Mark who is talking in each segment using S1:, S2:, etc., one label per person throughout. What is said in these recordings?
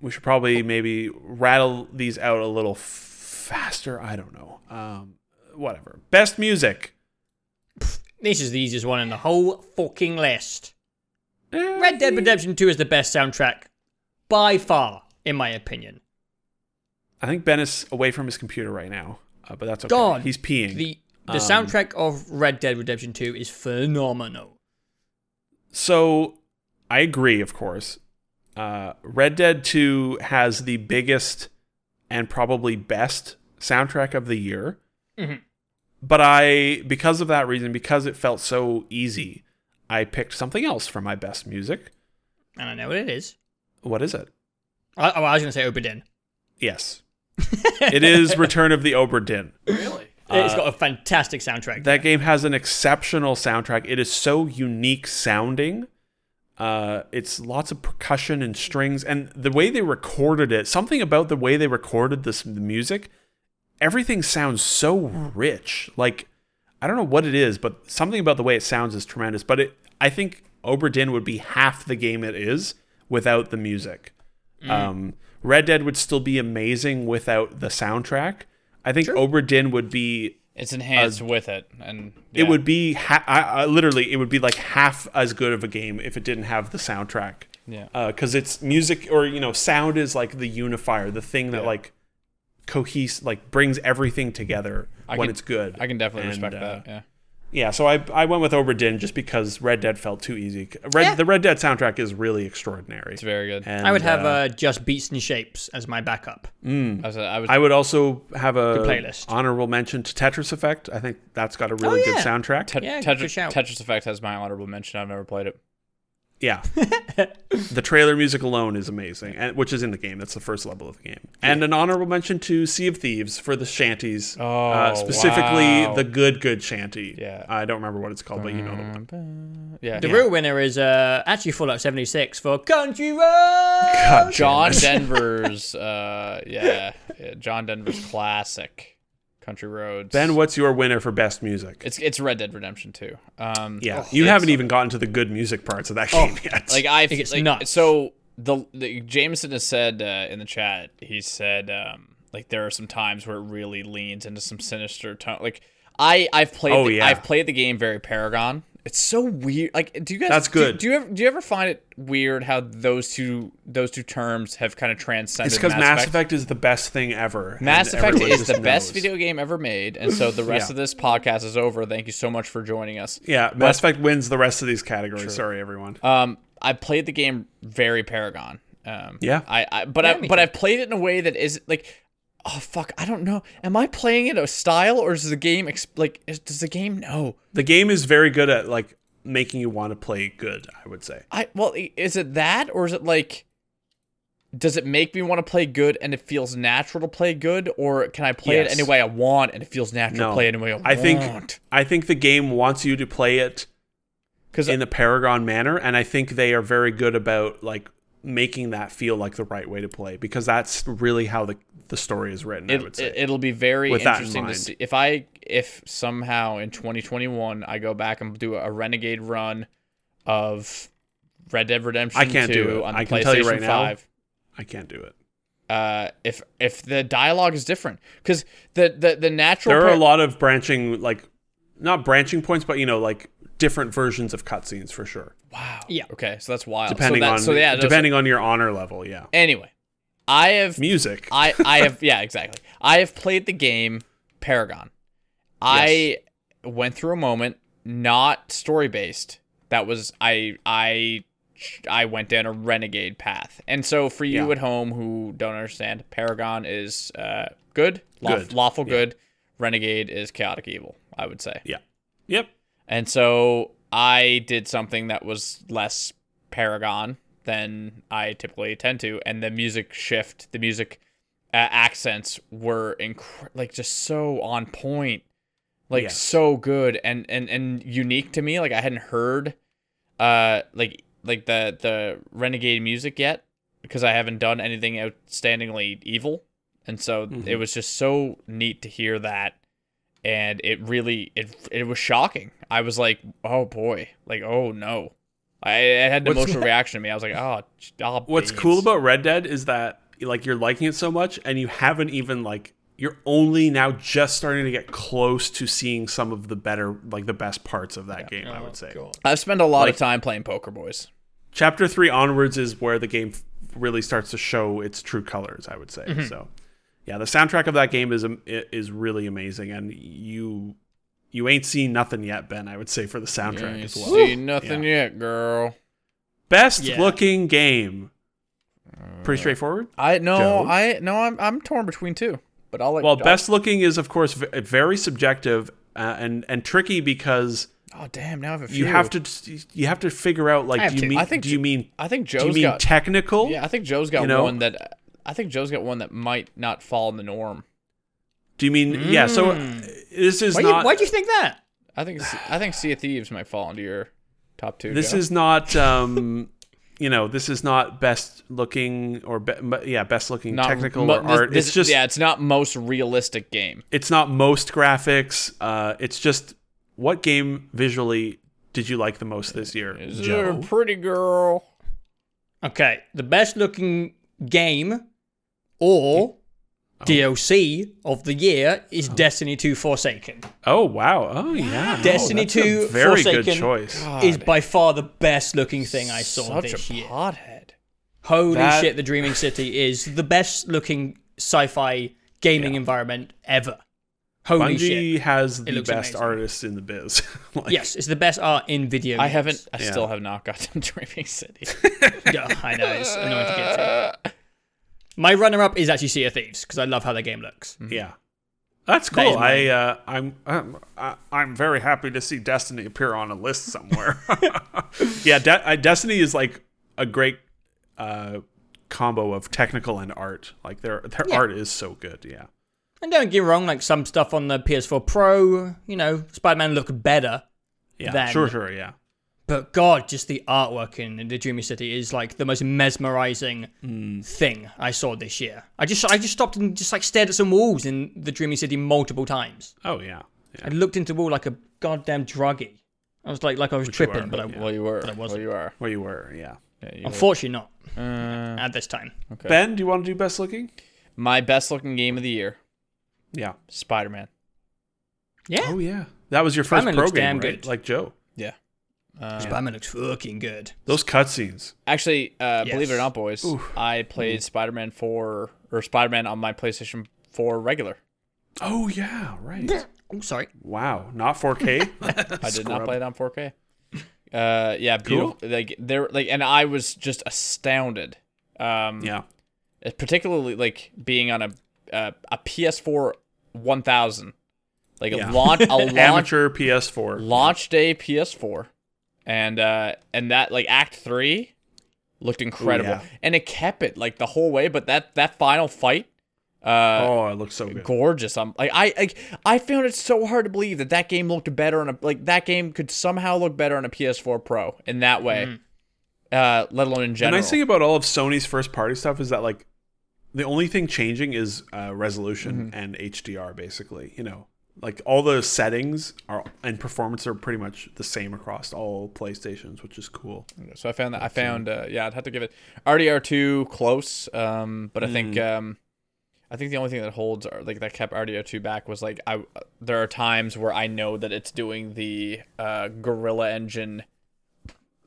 S1: we should probably maybe rattle these out a little f- faster. I don't know. Um, whatever. Best music.
S2: This is the easiest one in the whole fucking list.
S1: Eh,
S2: Red Dead Redemption 2 is the best soundtrack by far, in my opinion.
S1: I think Ben is away from his computer right now, uh, but that's okay.
S2: God,
S1: He's peeing.
S2: The the
S1: Um,
S2: soundtrack of Red Dead Redemption 2 is phenomenal.
S1: So I agree, of course. Uh, Red Dead 2 has the biggest and probably best soundtrack of the year.
S2: Mhm.
S1: But I, because of that reason, because it felt so easy, I picked something else for my best music.
S2: And I know what it is.
S1: What is it?
S2: I, oh, I was going to say Oberdin.
S1: Yes. it is Return of the Obra Dinn.
S2: it's got a fantastic soundtrack.
S1: Uh, That game has an exceptional soundtrack. It is so unique sounding. Uh, it's lots of percussion and strings, and the way they recorded it. Something about the way they recorded this the music. Everything sounds so rich. Like I don't know what it is, but something about the way it sounds is tremendous. But it, I think Oberdin would be half the game it is without the music. Um, Red Dead would still be amazing without the soundtrack. I think Oberdin would be
S3: It's
S1: uh,
S3: enhanced with it, and
S1: it
S3: yeah.
S1: would be ha- I, I, literally it would be like half as good of a game if it didn't have the soundtrack
S3: Yeah.
S1: because it's music or you know sound is like the unifier the thing that
S3: Yeah.
S1: like cohese like brings everything together
S3: I
S1: when
S3: can-
S1: it's good
S3: I can definitely
S1: And,
S3: respect
S1: uh,
S3: that. Yeah.
S1: yeah so i i went with oberdin just because red dead felt too easy red the red dead soundtrack is really extraordinary
S3: It's very good.
S1: And,
S2: I would have uh, Just Beats and Shapes as my backup.
S3: I was, I was
S1: I would also have a
S2: Good playlist.
S1: honorable mention to Tetris Effect. I think that's got a really
S2: Oh, yeah.
S1: good soundtrack.
S3: Tet-
S2: Yeah,
S3: Tetris,
S2: good shout.
S3: Tetris Effect has my honorable mention. I've never played it.
S1: Yeah. the trailer music alone is amazing, and which is in the game. That's the first level of the game. And an honorable mention to Sea of Thieves for the shanties,
S3: Oh,
S1: uh, specifically
S3: wow.
S1: the good good shanty.
S3: Yeah. Mm.
S1: I don't remember what it's called, but you know the one.
S3: Yeah.
S2: The real winner is uh, actually Fallout 76 for Country Road!
S1: God,
S3: John Denver's. Uh, yeah, yeah, John Denver's classic, Country Roads.
S1: Ben, what's your winner for best music?
S3: It's it's Red Dead Redemption 2. Um,
S2: Oh,
S1: yeah,
S3: it's- Oh,
S1: you haven't even gotten to the good music parts of that game yet.
S3: like I
S2: gets
S3: like,
S2: nuts.
S3: So the, the Jameson has said uh, in the chat. He said um, like there are some times where it really leans into some sinister tone. Like I I've played
S1: Oh,
S3: the,
S1: yeah.
S3: I've played the game very Paragon. It's so weird. Like do you guys
S1: That's
S3: do-
S1: good.
S3: Do, you ever do you ever find it weird how those two those two terms have kind of transcended?
S1: it's because
S3: Mass,
S1: Mass
S3: Effect?
S1: Effect is the best thing ever. and
S3: Mass Effect
S1: everyone
S3: is
S1: just
S3: the best
S1: knows.
S3: video game ever made, and so the rest
S1: Yeah.
S3: of this podcast is over. Thank you so much for joining us.
S1: Yeah, Mass Effect wins the rest of these categories. Sorry, everyone.
S3: Um, I played the game very Paragon. Um,
S1: Yeah.
S3: I, I but I
S2: me
S3: but
S2: too.
S3: I've played it in a way that is like, oh fuck, I don't know. Am I playing it a style or is the game exp- like is, does the game know?
S1: the game is very good at like making you want to play good. I would say.
S3: I well, i- is it that or is it like? Does it make me want to play good and it feels natural to play good, or can I play
S1: Yes.
S3: it any way I want and it feels natural to play it any way I,
S1: I
S3: want?
S1: think I think the game wants you to play it
S3: Because
S1: in the Paragon manner, and I think they are very good about like making that feel like the right way to play because that's really how the the story is written. I would say
S3: It, will be very
S1: With that in
S3: interesting to
S1: mind.
S3: see if I if somehow in 2021 I go back and do a renegade run of Red Dead Redemption.
S1: I can't
S3: 2
S1: do it.
S3: On the
S1: I
S3: PlayStation
S1: can tell you right now.
S3: 5,
S1: I can't do it.
S3: Uh, if if the dialogue is different, because the, the the natural
S1: There are
S3: par-
S1: a lot of branching, like not branching points, but you know, like different versions of cutscenes for sure,
S3: wow
S2: Yeah.
S3: okay so that's wild
S1: depending
S3: Oh, so that,
S1: on
S3: so yeah no, so-
S1: depending on your honor level. Yeah,
S3: anyway I have
S1: music.
S3: I I have yeah exactly I have played the game Paragon I went through a moment not story based. That was I I I went down a renegade path. And so for you
S1: Yeah.
S3: at home who don't understand, Paragon is uh good, lawf-
S1: Good.
S3: lawful
S1: Yeah.
S3: good. Renegade is chaotic evil, I would say.
S1: yeah, yep.
S3: And so I did something that was less paragon than I typically tend to, and the music shift, the music uh, accents were incre- like just so on point, like
S1: Yes.
S3: so good and and and unique to me. Like I hadn't heard, uh, like like the the renegade music yet because I haven't done anything outstandingly evil, and so it
S1: Mm-hmm.
S3: was just so neat to hear that and it really it it was shocking. I was like, "Oh boy." Like, "Oh no." I it had an
S1: What's-
S3: emotional reaction to me. I was like, oh, j- oh
S1: What's
S3: beans.
S1: cool about Red Dead is that like you're liking it so much and you haven't even like you're only now just starting to get close to seeing some of the better like the best parts of that game, I would say.
S4: God.
S3: I've spent a lot of time playing Poker Boys.
S1: Chapter 3 onwards is where the game f- really starts to show its true colors, I would say. So yeah, the soundtrack of that game is am- i- is really amazing and you you ain't seen nothing yet, Ben, I would say for the soundtrack
S3: Ain't
S1: as well.
S3: See nothing yet, girl.
S1: Best
S2: Yeah.
S1: looking game. Pretty straightforward.
S3: I no,
S1: Joe?
S3: I no, I'm I'm torn between two. But I'll let
S1: Well,
S3: I'll-
S1: best looking is of course v- very subjective uh, and and tricky because
S3: Oh damn! Now I have a few.
S1: you have to you have to figure out
S2: I
S1: like
S2: have
S1: do you
S2: to.
S1: mean
S3: I think
S1: do you
S3: J-
S1: mean
S3: I think Joe's
S1: do you mean
S3: got.
S1: technical?
S3: yeah, I think Joe's got
S1: you know?
S3: one that. I think Joe's got one that might not fall in the norm.
S1: Do you mean yeah? So uh,
S3: Hmm.
S1: this is
S2: Why do you,
S1: not
S2: why do you think that?
S3: I think I think Sea of Thieves might fall into your top two.
S1: this
S3: Joe.
S1: is not um you know this is not best looking or be, but yeah best looking technical
S3: mo-
S1: or
S3: this-
S1: art.
S3: this-
S1: it's just
S3: yeah, it's not most realistic game.
S1: it's not most graphics. Uh, it's just what game visually did you like the most this year?
S3: Is
S1: Joe?
S3: it a pretty girl?
S2: Okay, the best looking game or DLC of the year
S3: Oh.
S2: is Destiny 2 Forsaken.
S1: Oh wow! Oh yeah, Oh,
S2: Destiny
S1: that's a
S2: 2
S1: Very good
S2: Forsaken.
S1: choice.
S2: Is by far the best looking thing I saw
S3: Such
S2: this
S3: a
S2: year.
S3: pothead.
S2: Holy
S3: That-
S2: shit, The Dreaming City is the best looking sci fi gaming environment ever. Holy
S1: Bungie
S2: shit.
S1: has the
S2: looks
S1: best
S2: amazing.
S1: artists in the biz. Like,
S2: Yes, it's the best art in video.
S3: I
S2: games.
S3: haven't. I
S1: Yeah.
S3: still have not gotten Dreaming City.
S2: Yeah, I know. It's annoying to get to. My runner up is actually Sea of Thieves because I love how the game looks.
S1: Yeah. That's
S2: That is
S1: cool. I uh, I'm I'm I- I'm very happy to see Destiny appear on a list somewhere. yeah, De- I, Destiny is like a great uh, combo of technical and art. Like their their art is so good. Yeah.
S2: And don't get me wrong, like some stuff on the PS4 Pro, you know, Spider Man looked better.
S1: Yeah.
S2: Then-
S1: Sure. Sure. Yeah.
S2: But God, just the artwork in the Dreamy City is like the most mesmerizing
S3: Hmm.
S2: thing I saw this year. I just I just stopped and just like stared at some walls in the Dreamy City multiple times.
S1: Oh yeah. Yeah.
S2: I looked into the wall like a goddamn druggie. I was like like I was
S1: you
S2: tripping,
S1: are,
S2: but I
S3: Well, you were.
S2: But I
S3: Well,
S2: wasn't.
S3: you are.
S1: Where you were. Yeah.
S3: Yeah, you were. Uh,
S2: unfortunately not at this time.
S1: Ben, do you want to do best looking?
S3: My best looking game of the year,
S1: Yeah.
S3: Spider Man.
S2: Yeah,
S1: Oh yeah. That was your first
S2: Spider-Man
S1: pro
S2: looks
S1: game,
S2: damn
S1: right?
S2: good.
S1: Like Joe.
S3: Yeah. Oh,
S2: Spider-Man looks fucking good.
S1: Those cutscenes.
S3: Actually, uh, believe it or
S2: Yes.
S3: not, boys, I played Spider Man 4 or Spider Man on my PlayStation 4 regular.
S1: Oh yeah. Right.
S2: Oh, sorry.
S1: Wow, not 4K.
S3: I did not play it on 4K. Uh, yeah, beautiful. Like there, like, and I was just astounded. Um,
S1: yeah,
S3: particularly like being on a uh, a PS4 1000, like Uh,
S1: Yeah.
S3: a launch a launch
S1: amateur PS4.
S3: launch day PS4, and uh, and that like Act Three looked incredible,
S1: yeah.
S3: and it kept it like the whole way. But that that final fight, uh,
S1: Oh, it looks so good.
S3: gorgeous. I'm like I like I found it so hard to believe that that game looked better on a like that game could somehow look better on a PS4 Pro in that way, uh, let alone in
S1: The
S3: general.
S1: nice thing about all of Sony's first party stuff is that like the only thing changing is uh,
S3: Mm-hmm.
S1: resolution and HDR basically. You know, like all the settings are and performance are pretty much the same across all PlayStations, which is cool.
S3: so I found that I found uh, yeah I'd have to give it RDR2 close, um, but I think um, I think the only thing that holds or like that kept RDR2 back was like I there are times where I know that it's doing the uh, Gorilla Engine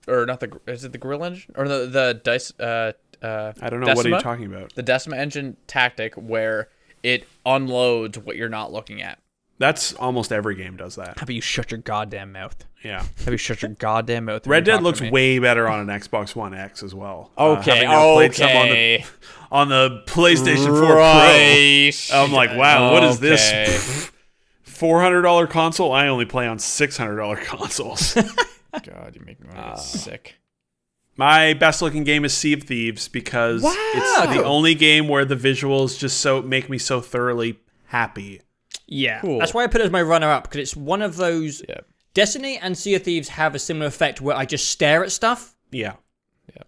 S3: or not the gor- is it the Gorilla Engine or the the dice uh uh
S1: I don't know what are you
S3: Decima?
S1: talking about.
S3: the Decima engine tactic where it unloads what you're not looking at.
S1: That's almost every game does that.
S3: Have you shut your goddamn mouth?
S1: Yeah,
S3: Have you shut your goddamn mouth?
S1: Red Dead looks way better on an Xbox One X as well. Uh,
S3: okay.
S1: having now played some on the-
S3: okay.
S1: on the PlayStation 4 Pro.
S3: right.
S1: I'm like, wow, what is
S3: Okay.
S1: this? Four hundred dollar console. I only play on six hundred dollar consoles.
S3: God, you make me
S1: Ah.
S3: wanna get sick.
S1: My best looking game is Sea of Thieves because it's the only game where the visuals just so make me so thoroughly happy.
S2: Yeah,
S3: Cool.
S2: that's why I put it as my runner-up because it's one of those.
S3: Yeah.
S2: Destiny and Sea of Thieves have a similar effect where I just stare at stuff
S1: Yeah,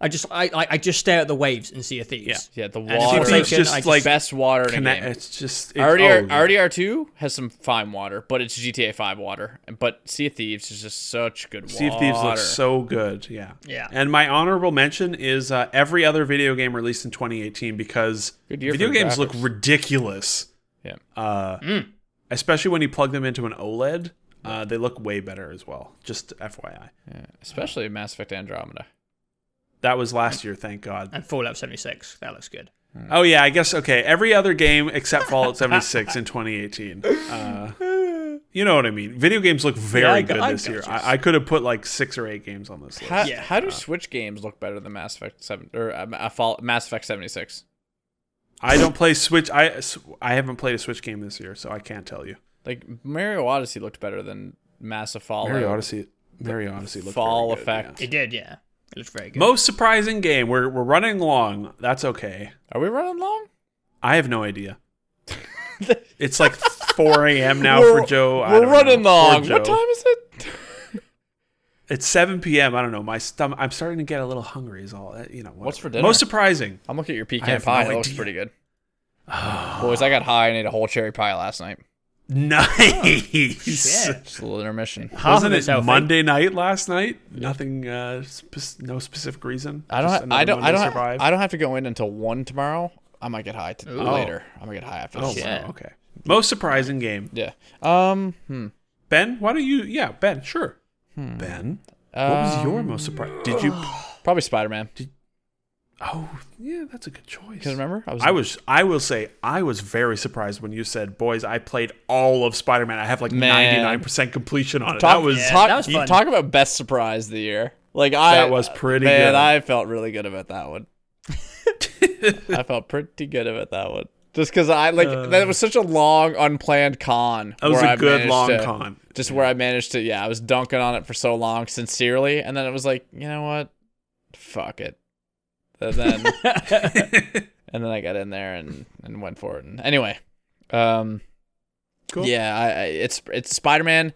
S2: I just I, I, I just stare at the waves and Sea of Thieves.
S1: Yeah.
S3: Yeah, the
S2: just think
S3: water.
S1: it's
S3: Just,
S2: Taken,
S1: just
S2: I just-
S1: like
S3: best water in a
S1: connect.
S3: game.
S1: It's just it's,
S3: RDR,
S1: oh,
S3: RDR two has some fine water, but it's GTA five water. But Sea of Thieves is just such good
S1: Sea of
S3: water.
S1: Thieves looks so good. Yeah.
S2: Yeah.
S1: And my honorable mention is uh, every other video game released in 2018 because
S3: Good year
S1: video
S3: for
S1: games
S3: graphics.
S1: look ridiculous.
S3: Yeah.
S1: Uh, Especially when you plug them into an OLED, uh, they look way better as well. Just FYI.
S3: Yeah, especially Mass Effect Andromeda.
S1: That was last year, thank God.
S2: And Fallout 76. That looks good.
S3: Mm.
S1: Oh yeah, I guess okay. Every other game except Fallout 76 in 2018. Uh, you know what I mean? Video games look very
S2: Yeah, I got-
S1: good
S2: I
S1: this
S2: got
S1: year.
S2: you.
S1: I, I could have put like six or eight games on this list.
S3: How,
S2: Yeah.
S1: Uh.
S3: how do Switch games look better than Mass Effect seven or uh, Ma- Fall- Mass Effect seventy six?
S1: I don't play Switch. I I haven't played a Switch game this year, so I can't tell you.
S3: Like Mario Odyssey looked better than Mass Effect Fallout.
S1: Mario Odyssey. Mario Odyssey looked
S3: Fall
S1: very good,
S3: Effect.
S1: yeah.
S2: It did, yeah. It looks very good.
S1: Most surprising game. We're we're running long. That's okay.
S3: Are we running long?
S1: I have no idea. it's like 4 a.m. now
S3: We're-
S1: for Joe. I
S3: We're
S1: don't
S3: running
S1: know. Poor
S3: long. What
S1: Joe.
S3: time is it?
S1: It's 7 p.m. I don't know. My stomach. I'm starting to get a little hungry. Is all. Uh, You know.
S3: What's for
S1: whatever.
S3: dinner?
S1: Most surprising.
S3: I'm looking at your
S1: I
S3: pecan
S1: have
S3: pie.
S1: no
S3: that looks
S1: idea.
S3: pretty good. Boys, I got high and ate a whole cherry pie last night.
S1: Nice.
S2: Shit.
S3: Just a little intermission.
S2: Half of
S1: Wasn't
S2: it's
S1: it
S2: healthy.
S1: Monday night last night? Nothing. Uh, spe- no specific reason.
S3: I
S1: Just
S3: don't.
S1: another
S3: I don't. I
S1: Monday
S3: don't.
S1: survive?
S3: I don't have to go in until one tomorrow. I might get high t- later. I might get high after
S1: Oh,
S3: this.
S1: wow, okay. Most surprising game.
S3: Yeah. Um. Hmm.
S1: Ben, why don't you? Yeah, Ben, sure. Ben, what was
S3: Um,
S1: your most surprising? Did you?
S3: Probably Spider Man.
S1: Oh, yeah, that's a good choice.
S3: Because remember, I was.
S1: I was. I will say, I was very surprised when you said, "Boys, I played all of Spider-Man. I have like
S3: Man.
S1: ninety-nine percent completion on it."
S3: talk,
S1: that was.
S2: Yeah,
S3: talk,
S2: that was
S3: you
S2: fun.
S3: talk about best surprise of the year. Like I.
S1: That was pretty
S3: Man,
S1: good.
S3: I felt really good about that one. I felt pretty good about that one. Just because I like that was such a long unplanned con.
S1: Uh. That was
S3: where
S1: a
S3: I
S1: good
S3: managed
S1: long
S3: to-
S1: con.
S3: just where I managed to yeah, I was dunking on it for so long sincerely, and then it was like, you know what? Fuck it. And then and then I got in there and and went for it. And anyway, um
S1: Cool.
S3: yeah, I, I it's it's Spider-Man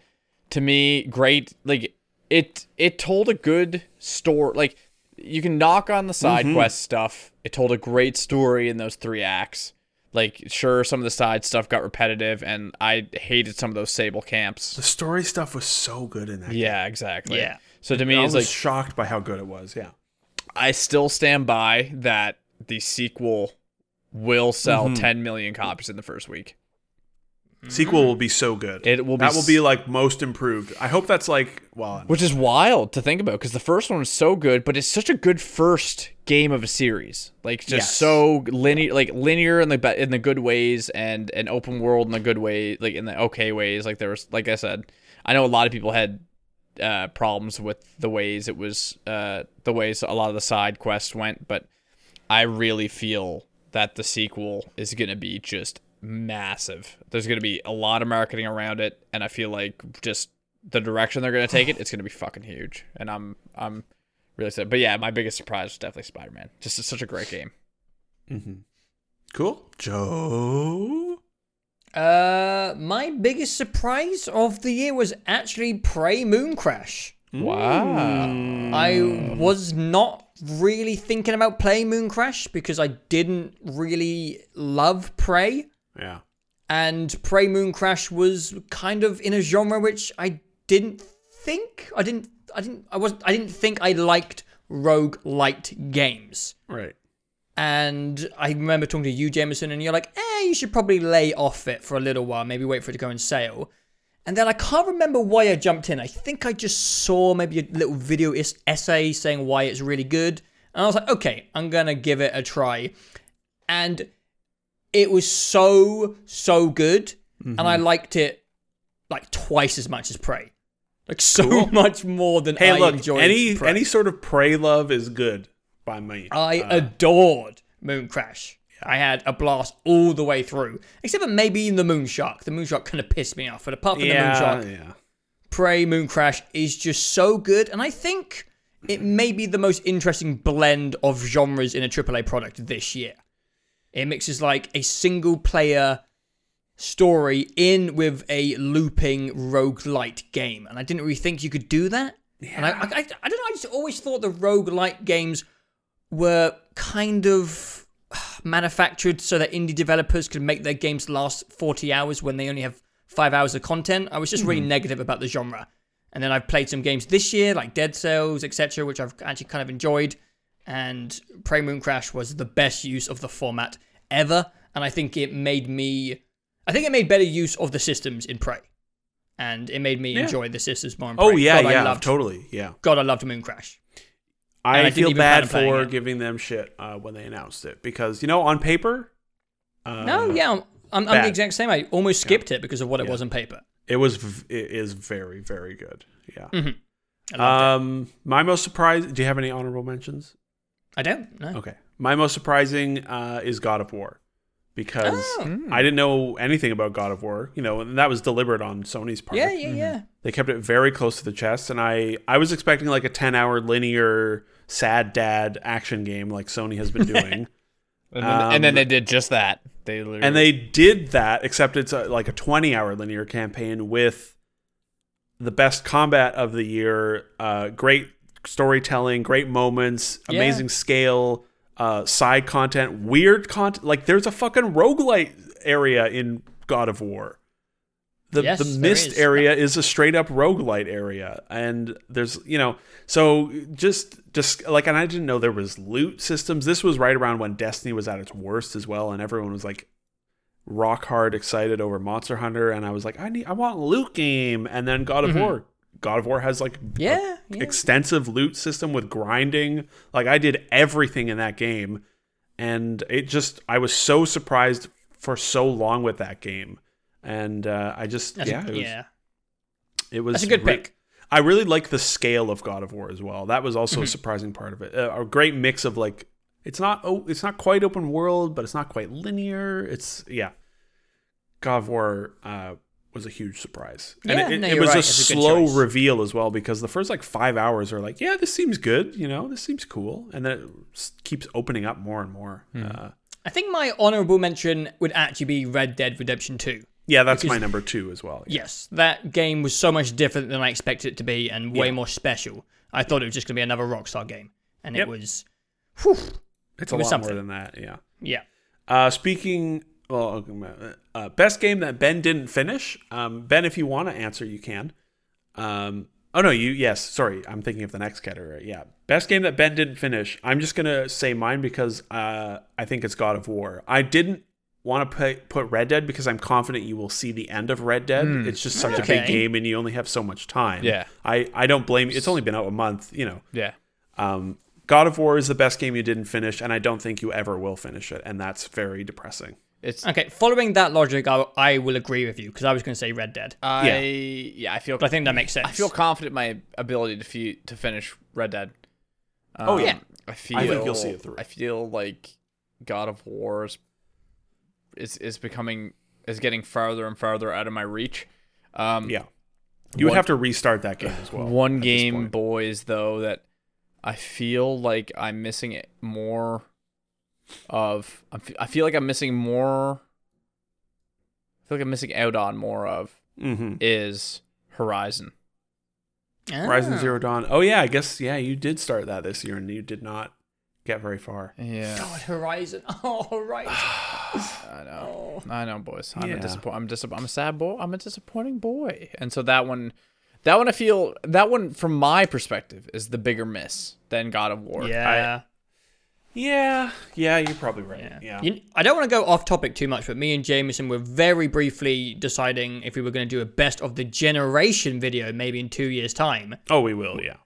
S3: to me great like it it told a good story like you can knock on the side
S1: Mm-hmm.
S3: quest stuff. It told a great story in those three acts. Like sure some of the side stuff got repetitive and I hated some of those sable camps.
S1: The story stuff was so good in that. game.
S3: Yeah, exactly.
S2: Yeah.
S3: So to
S1: I
S3: me,
S1: was
S3: it's like
S1: shocked by how good it was. Yeah.
S3: I still stand by that the sequel will sell
S1: Mm-hmm.
S3: 10 million copies in the first week.
S1: Sequel will be so good.
S3: Mm. It will be
S1: That will be
S3: s-
S1: like most improved. I hope that's like well.
S3: Which is wild to think about because the first one was so good, but it's such a good first game of a series. Like just
S1: Yes.
S3: so linear, like linear in the be- in the good ways and an open world in the good way, like in the okay ways. Like there was, like I said, I know a lot of people had uh, problems with the ways it was, uh, the ways a lot of the side quests went, but I really feel that the sequel is going to be just massive. There's going to be a lot of marketing around it, and I feel like just the direction they're going to take it, it's going to be fucking huge. And I'm I'm really excited. But yeah, my biggest surprise was definitely Spider Man. Just it's such a great game.
S1: Cool. Joe.
S2: Uh, my biggest surprise of the year was actually Prey Moon Crash.
S1: Ah.
S3: Wow.
S1: Mm.
S2: I was not really thinking about playing Moon Crash because I didn't really love Prey,
S1: Yeah.
S2: and Prey Moon Crash was kind of in a genre which I didn't think I didn't I didn't I was I didn't think I liked rogue light games.
S1: Right.
S2: And I remember talking to you, Jameson, and you're like, eh, you should probably lay off it for a little while, maybe wait for it to go on sale. And then I can't remember why I jumped in. I think I just saw maybe a little video is- essay saying why it's really good. And I was like, okay, I'm going to give it a try. And it was so, so good. And
S1: Mm-hmm.
S2: I liked it like twice as much as Prey. Like so much more than
S1: Hey,
S2: I
S1: look.
S2: enjoyed
S1: Any
S2: Prey.
S1: any sort of prey love is good by me.
S2: I adored Moon Crash. I had a blast all the way through, except for maybe in the Moon Shark. The Moon Shark kind of pissed me off, but apart from the Moon Shark,
S1: yeah.
S2: Prey Moon Crash is just so good, and I think it may be the most interesting blend of genres in a AAA product this year. It mixes like a single player story in with a looping roguelite game, and I didn't really think you could do that. And I, I, I, I don't know, I just always thought the roguelite games were kind of manufactured so that indie developers could make their games last 40 hours when they only have five hours of content. I was just
S1: Mm-hmm.
S2: really negative about the genre. And then I've played some games this year, like Dead Cells, etc., which I've actually kind of enjoyed. And Prey Moon Crash was the best use of the format ever. And I think it made me, I think it made better use of the systems in Prey. And it made me
S1: Yeah.
S2: enjoy the systems more. In
S1: Oh
S2: Prey.
S1: yeah,
S2: God, I
S1: yeah,
S2: loved,
S1: totally, yeah.
S2: God, I loved Moon Crash.
S1: I,
S2: And I didn't
S1: feel
S2: even plan
S1: bad
S2: on playing
S1: for
S2: it.
S1: giving them shit uh, when they announced it because you know on paper, uh,
S2: no, yeah, I'm, I'm, I'm
S1: bad.
S2: the exact same. I almost skipped it because of what it was on paper.
S1: it was v- it is very very good. Yeah.
S2: Mm-hmm. I, loved it.
S1: Um, my most surprised. Do you have any honorable mentions?
S2: I don't know.
S1: Okay. My most surprising uh, is God of War because
S2: Oh.
S1: I didn't know anything about God of War. You know, and that was deliberate on Sony's part.
S2: Yeah, yeah, yeah.
S1: They kept it very close to the chest, and I I was expecting like a ten hour linear sad dad action game like Sony has been doing.
S3: And then, and then they did just that. Um, They literally,
S1: and they did that except it's a, like a 20 hour linear campaign with the best combat of the year uh, great storytelling great moments
S2: Yeah.
S1: amazing scale uh, side content weird content like there's a fucking roguelite area in god of war the,
S2: Yes,
S1: the
S2: there
S1: mist
S2: is.
S1: area is a straight up roguelite area and there's you know so just just like and i didn't know there was loot systems this was right around when destiny was at its worst as well and everyone was like rock hard excited over monster hunter and i was like i need i want loot game and then god of war god of war has like a
S2: Mm-hmm. Yeah, yeah.
S1: extensive loot system with grinding like i did everything in that game and it just i was so surprised for so long with that game and uh, i just
S2: That's
S1: yeah,
S2: a,
S1: it was,
S2: yeah.
S1: it was
S2: That's a good
S1: re-
S2: pick.
S1: I really like the scale of God of War as well. That was also
S2: Mm-hmm.
S1: a surprising part of it. Uh, A, a great mix of like it's not oh, it's not quite open world, but it's not quite linear. It's yeah. God of War uh, was a huge surprise,
S2: Yeah,
S1: and it,
S2: no,
S1: it
S2: you're
S1: was
S2: right.
S1: a
S2: It's a good
S1: slow
S2: choice.
S1: reveal as well because the first like five hours are like, yeah, this seems good, you know, this seems cool, and then it s- keeps opening up more and more.
S2: Hmm.
S1: Uh,
S2: I think my honorable mention would actually be Red Dead Redemption 2.
S1: yeah, that's my number two as well. Yeah.
S2: Yes, that game was so much different than I expected it to be and way more special. I thought it was just going to be another Rockstar game. And
S1: Yep.
S2: it was. Whew,
S1: it's a
S2: it
S1: lot
S2: was something.
S1: more than that. Yeah.
S2: yeah.
S1: Uh, speaking, well, okay, uh, best game that Ben didn't finish. Um, ben, if you want to answer, you can. Um, oh no, you yes. Sorry, I'm thinking of the next category. Yeah, best game that Ben didn't finish. I'm just gonna say mine because uh, I think it's God of War. I didn't want to put put Red Dead because I'm confident you will see the end of Red Dead. It's just such a
S2: Okay.
S1: big game, and you only have so much time.
S3: Yeah.
S1: I I don't blame. It's only been out a month. You know.
S3: yeah.
S1: Um, God of War is the best game you didn't finish, and I don't think you ever will finish it, and that's very depressing.
S3: It's
S2: Okay, following that logic, I, I will agree with you because I was going to say Red Dead.
S3: I yeah I feel
S2: But I think that makes sense.
S3: I feel confident in my ability to fe- to finish Red Dead. Um,
S1: Oh, yeah.
S3: I feel.
S1: think you'll see it through.
S3: I feel like God of War is is, is becoming is getting farther and farther out of my reach. Um,
S1: Yeah, you would
S3: One-
S1: have to restart that game as well.
S3: one
S1: at this
S3: game,
S1: point.
S3: boys, though that I feel like I'm missing it more of. I'm f- I feel like I'm missing more. I feel like I'm missing out on more of
S1: Mhm.
S3: is Horizon.
S2: Ah.
S1: Horizon Zero Dawn. Oh yeah, I guess yeah, you did start that this year, and you did not get very far.
S3: Yeah.
S2: God, Horizon. Oh, Horizon.
S3: I
S1: Oh.
S3: know. I know, boys. I'm
S1: Yeah.
S3: a disappoint. I'm disappointed. I'm a sad boy. I'm a disappointing boy. And so that one, that one, I feel that one from my perspective is the bigger miss than God of War.
S2: yeah.
S1: Yeah, yeah, you're probably right. Yeah,
S2: You- I don't want to go off topic too much, but me and Jameson were very briefly deciding if we were going to do a best of the generation video maybe in two years' time.
S1: oh, we will. Yeah,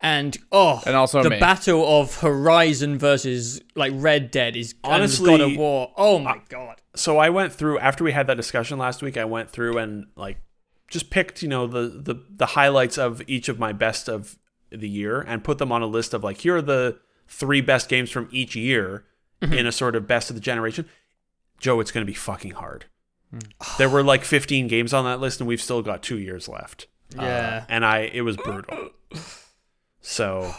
S2: And oh,
S3: And also
S2: the
S3: me.
S2: battle of Horizon versus like Red Dead is and
S1: Honestly,
S2: God of War. Oh my god.
S1: so I went through after we had that discussion last week. I went through and like just picked you know the the the highlights of each of my best of the year and put them on a list of like here are the three best games from each year
S2: Mm-hmm.
S1: in a sort of best of the generation. Joe, it's going to be fucking hard.
S2: Hmm.
S1: There were like 15 games on that list, and we've still got two years left. Uh,
S2: Yeah.
S1: and I it was brutal. So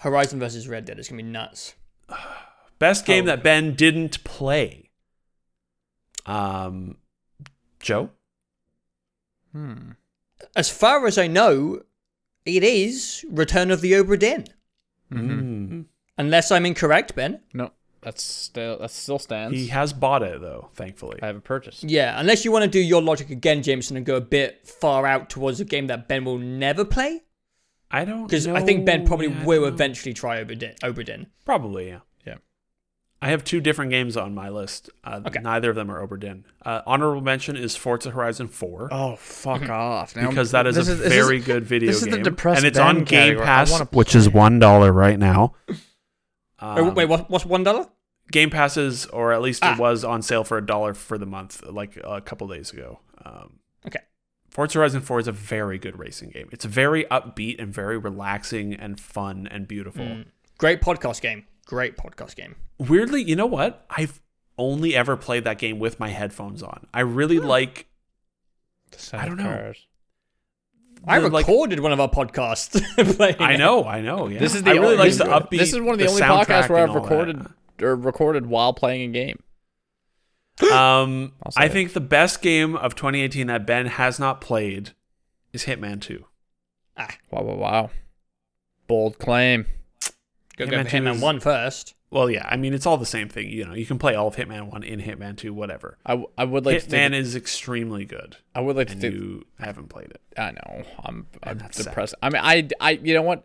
S2: Horizon versus Red Dead is going to be nuts.
S1: best game
S2: Oh.
S1: that Ben didn't play. Um, Joe.
S3: Hmm.
S2: As far as I know, it is Return of the Obra Dinn.
S1: Mm.
S2: Unless I'm incorrect, Ben.
S3: Mm-hmm. No, that's still that still stands.
S1: He has bought it though, thankfully.
S3: I haven't purchased.
S2: Yeah, unless you want to do your logic again, Jameson, and go a bit far out towards a game that Ben will never play.
S1: I don't
S2: Because I
S1: know-
S2: think Ben probably
S1: Oh, yeah, I
S2: will
S1: don't know.
S2: eventually try Oberdin. Oberdin.
S1: Probably, yeah.
S3: Yeah.
S1: I have two different games on my list. Uh,
S2: Okay.
S1: Neither of them are Oberdin. Uh, honorable mention is Forza Horizon 4.
S3: Oh fuck off!
S1: Mm-hmm. because that is a very good video
S3: this is
S1: game,
S3: the depressed
S1: and it's
S3: Ben
S1: on Game
S3: category. I
S1: Pass,
S3: wanna
S1: which is one dollar right now.
S2: Oh,
S1: Um,
S2: wait, what, what's one dollar?
S1: Game Passes, or at least
S2: Ah.
S1: it was on sale for a dollar for the month, like a couple days ago. Um,
S2: Okay.
S1: Forza Horizon 4 is a very good racing game. It's very upbeat and very relaxing and fun and beautiful.
S3: Mm.
S2: Great podcast game. Great podcast game.
S1: Weirdly, you know what? I've only ever played that game with my headphones on. I really
S3: Hmm.
S1: like.
S3: I don't
S1: don't
S3: know.
S1: know.
S2: I
S1: the, like-
S2: recorded one of our podcasts. playing
S1: I
S2: it.
S1: know, I know. Yeah.
S3: This is the
S1: I really
S3: only,
S1: like the upbeat.
S3: This is one of the, only
S1: soundtrack
S3: podcasts where
S1: and
S3: I've
S1: all that.
S3: recorded or recorded while playing a game.
S1: Um,
S3: I'll say
S1: I
S3: it.
S1: think the best game of 2018 that Ben has not played is Hitman 2.
S2: Ah,
S3: Wow, wow, wow! Bold claim.
S2: go
S1: Hitman
S2: go for
S1: 2
S2: Hitman
S1: is-
S2: one first.
S1: Well, yeah, I mean it's all the same thing. You know, you can play all of Hitman 1 in Hitman 2, whatever.
S3: I, w- I would like to.
S1: Hitman
S3: Think,
S1: is extremely good,
S3: I would like to.
S1: and
S3: Think,
S1: you haven't played it.
S3: I know. I'm, I'm
S1: And that's sad.
S3: depressed. I mean, I, I, you know what?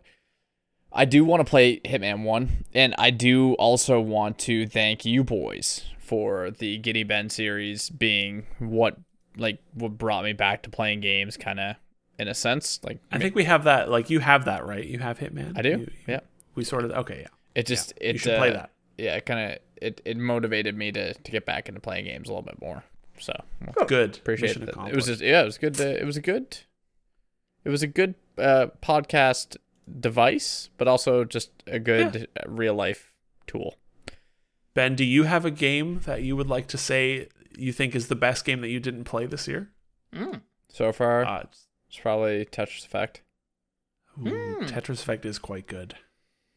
S3: I do want to play Hitman One, and I do also want to thank you boys for the Giddy Ben series being what, like, what brought me back to playing games, kind of, in a sense. Like,
S1: I think we have that. Like you have that, right? You have Hitman.
S3: I do.
S1: You-
S3: yeah.
S1: We sort of okay. Yeah.
S3: It just
S1: Yeah,
S3: it
S1: you should play
S3: uh,
S1: that.
S3: Yeah, it kind of it, it motivated me to, to get back into playing games a little bit more. So well,
S1: Good.
S3: appreciate
S1: Mission
S3: it. It was
S1: accomplished.
S3: just yeah, it was good. To, it was a good, it was a good uh, podcast device, but also just a good uh real life tool.
S1: Ben, do you have a game that you would like to say you think is the best game that you didn't play this year?
S2: Mm.
S3: So far,
S1: Uh,
S3: it's probably Tetris Effect.
S1: ooh,
S2: Hmm.
S1: Tetris Effect is quite good.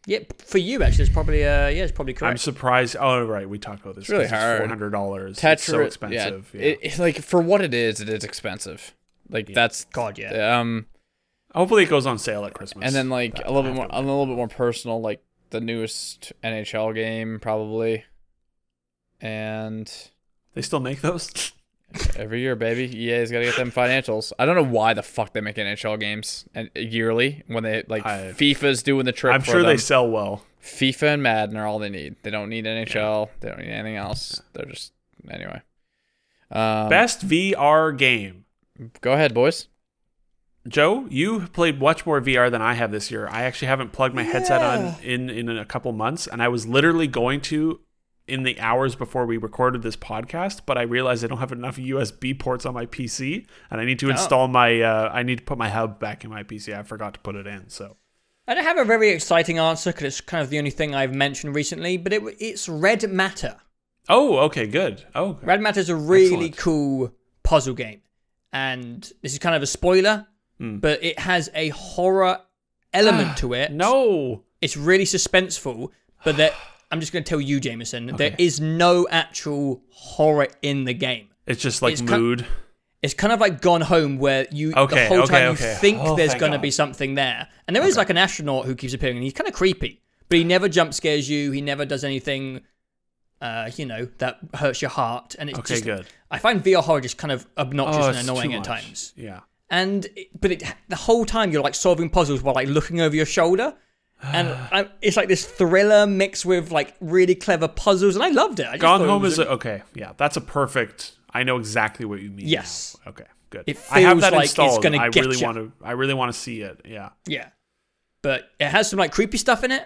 S2: Yeah, for you actually, it's probably uh, yeah, it's probably
S1: I'm
S2: correct.
S1: surprised. Oh, right, we talked about this.
S3: It's really hard.
S1: Four hundred dollars.
S3: Tetris,
S1: It's so expensive.
S3: Yeah,
S1: Yeah.
S3: It, it- like for what it is, it is expensive. Like that's
S2: God, yeah.
S3: um.
S1: Hopefully, it goes on sale at Christmas.
S3: and then like
S1: That-
S3: a little
S1: I
S3: bit more,
S1: have
S3: a little bit more personal, like the newest NHL game probably, and
S1: They still make those.
S3: every year, baby, EA's gotta get them financials. I don't know why the fuck they make NHL games and yearly when they like
S1: I-
S3: FIFA's doing the trip.
S1: I'm
S3: for
S1: sure they
S3: them.
S1: sell well.
S3: FIFA and Madden are all they need. They don't need NHL. They don't need anything else. They're just anyway. Um,
S1: Best VR game.
S3: go ahead, boys.
S1: Joe, you played much more VR than I have this year. I actually haven't plugged my headset on
S2: Yeah.
S1: in in a couple months, and I was literally going to in the hours before we recorded this podcast, but I realized I don't have enough USB ports on my PC, and I need to install my. Uh, I need to put my hub back in my PC. I forgot to put it in, so
S2: I don't have a very exciting answer because it's kind of the only thing I've mentioned recently, but it, it's Red Matter.
S1: Oh, okay, good. Oh,
S2: Red Matter is a really
S1: Excellent.
S2: cool puzzle game, and this is kind of a spoiler,
S1: Hmm.
S2: but it has a horror element to it.
S1: Ah, no.
S2: it's really suspenseful, but that I'm just going to tell you, Jameson, there is no actual horror in the game.
S1: It's just like
S2: It's kin-
S1: mood.
S2: It's kind of like Gone Home, where you
S1: Okay,
S2: the whole
S1: okay,
S2: time
S1: okay.
S2: you think
S1: Oh,
S2: there's
S1: thank
S2: going to
S1: God.
S2: be something there, and there is like an astronaut who keeps appearing, and he's kind of creepy, but he never jump scares you. He never does anything, uh, you know, that hurts your heart. And it's
S1: Okay,
S2: just,
S1: good.
S2: I find VR horror just kind of obnoxious
S1: oh,
S2: and
S1: it's
S2: annoying
S1: too
S2: at
S1: much.
S2: times
S1: Yeah.
S2: and it- but it, the whole time you're like solving puzzles while like looking over your shoulder and I, it's like this thriller mixed with like really clever puzzles and i loved it I just
S1: Gone
S2: thought it
S1: Home
S2: was
S1: is a, okay. Yeah, that's a perfect. I know exactly what you mean. now.
S2: Yes.
S1: Okay. Good.
S2: It
S1: I have
S2: feels
S1: that
S2: like it's
S1: installed.
S2: gonna
S1: I
S2: get
S1: really
S2: ya.
S1: want to. I really want to see it. Yeah.
S2: yeah but it has some like creepy stuff in it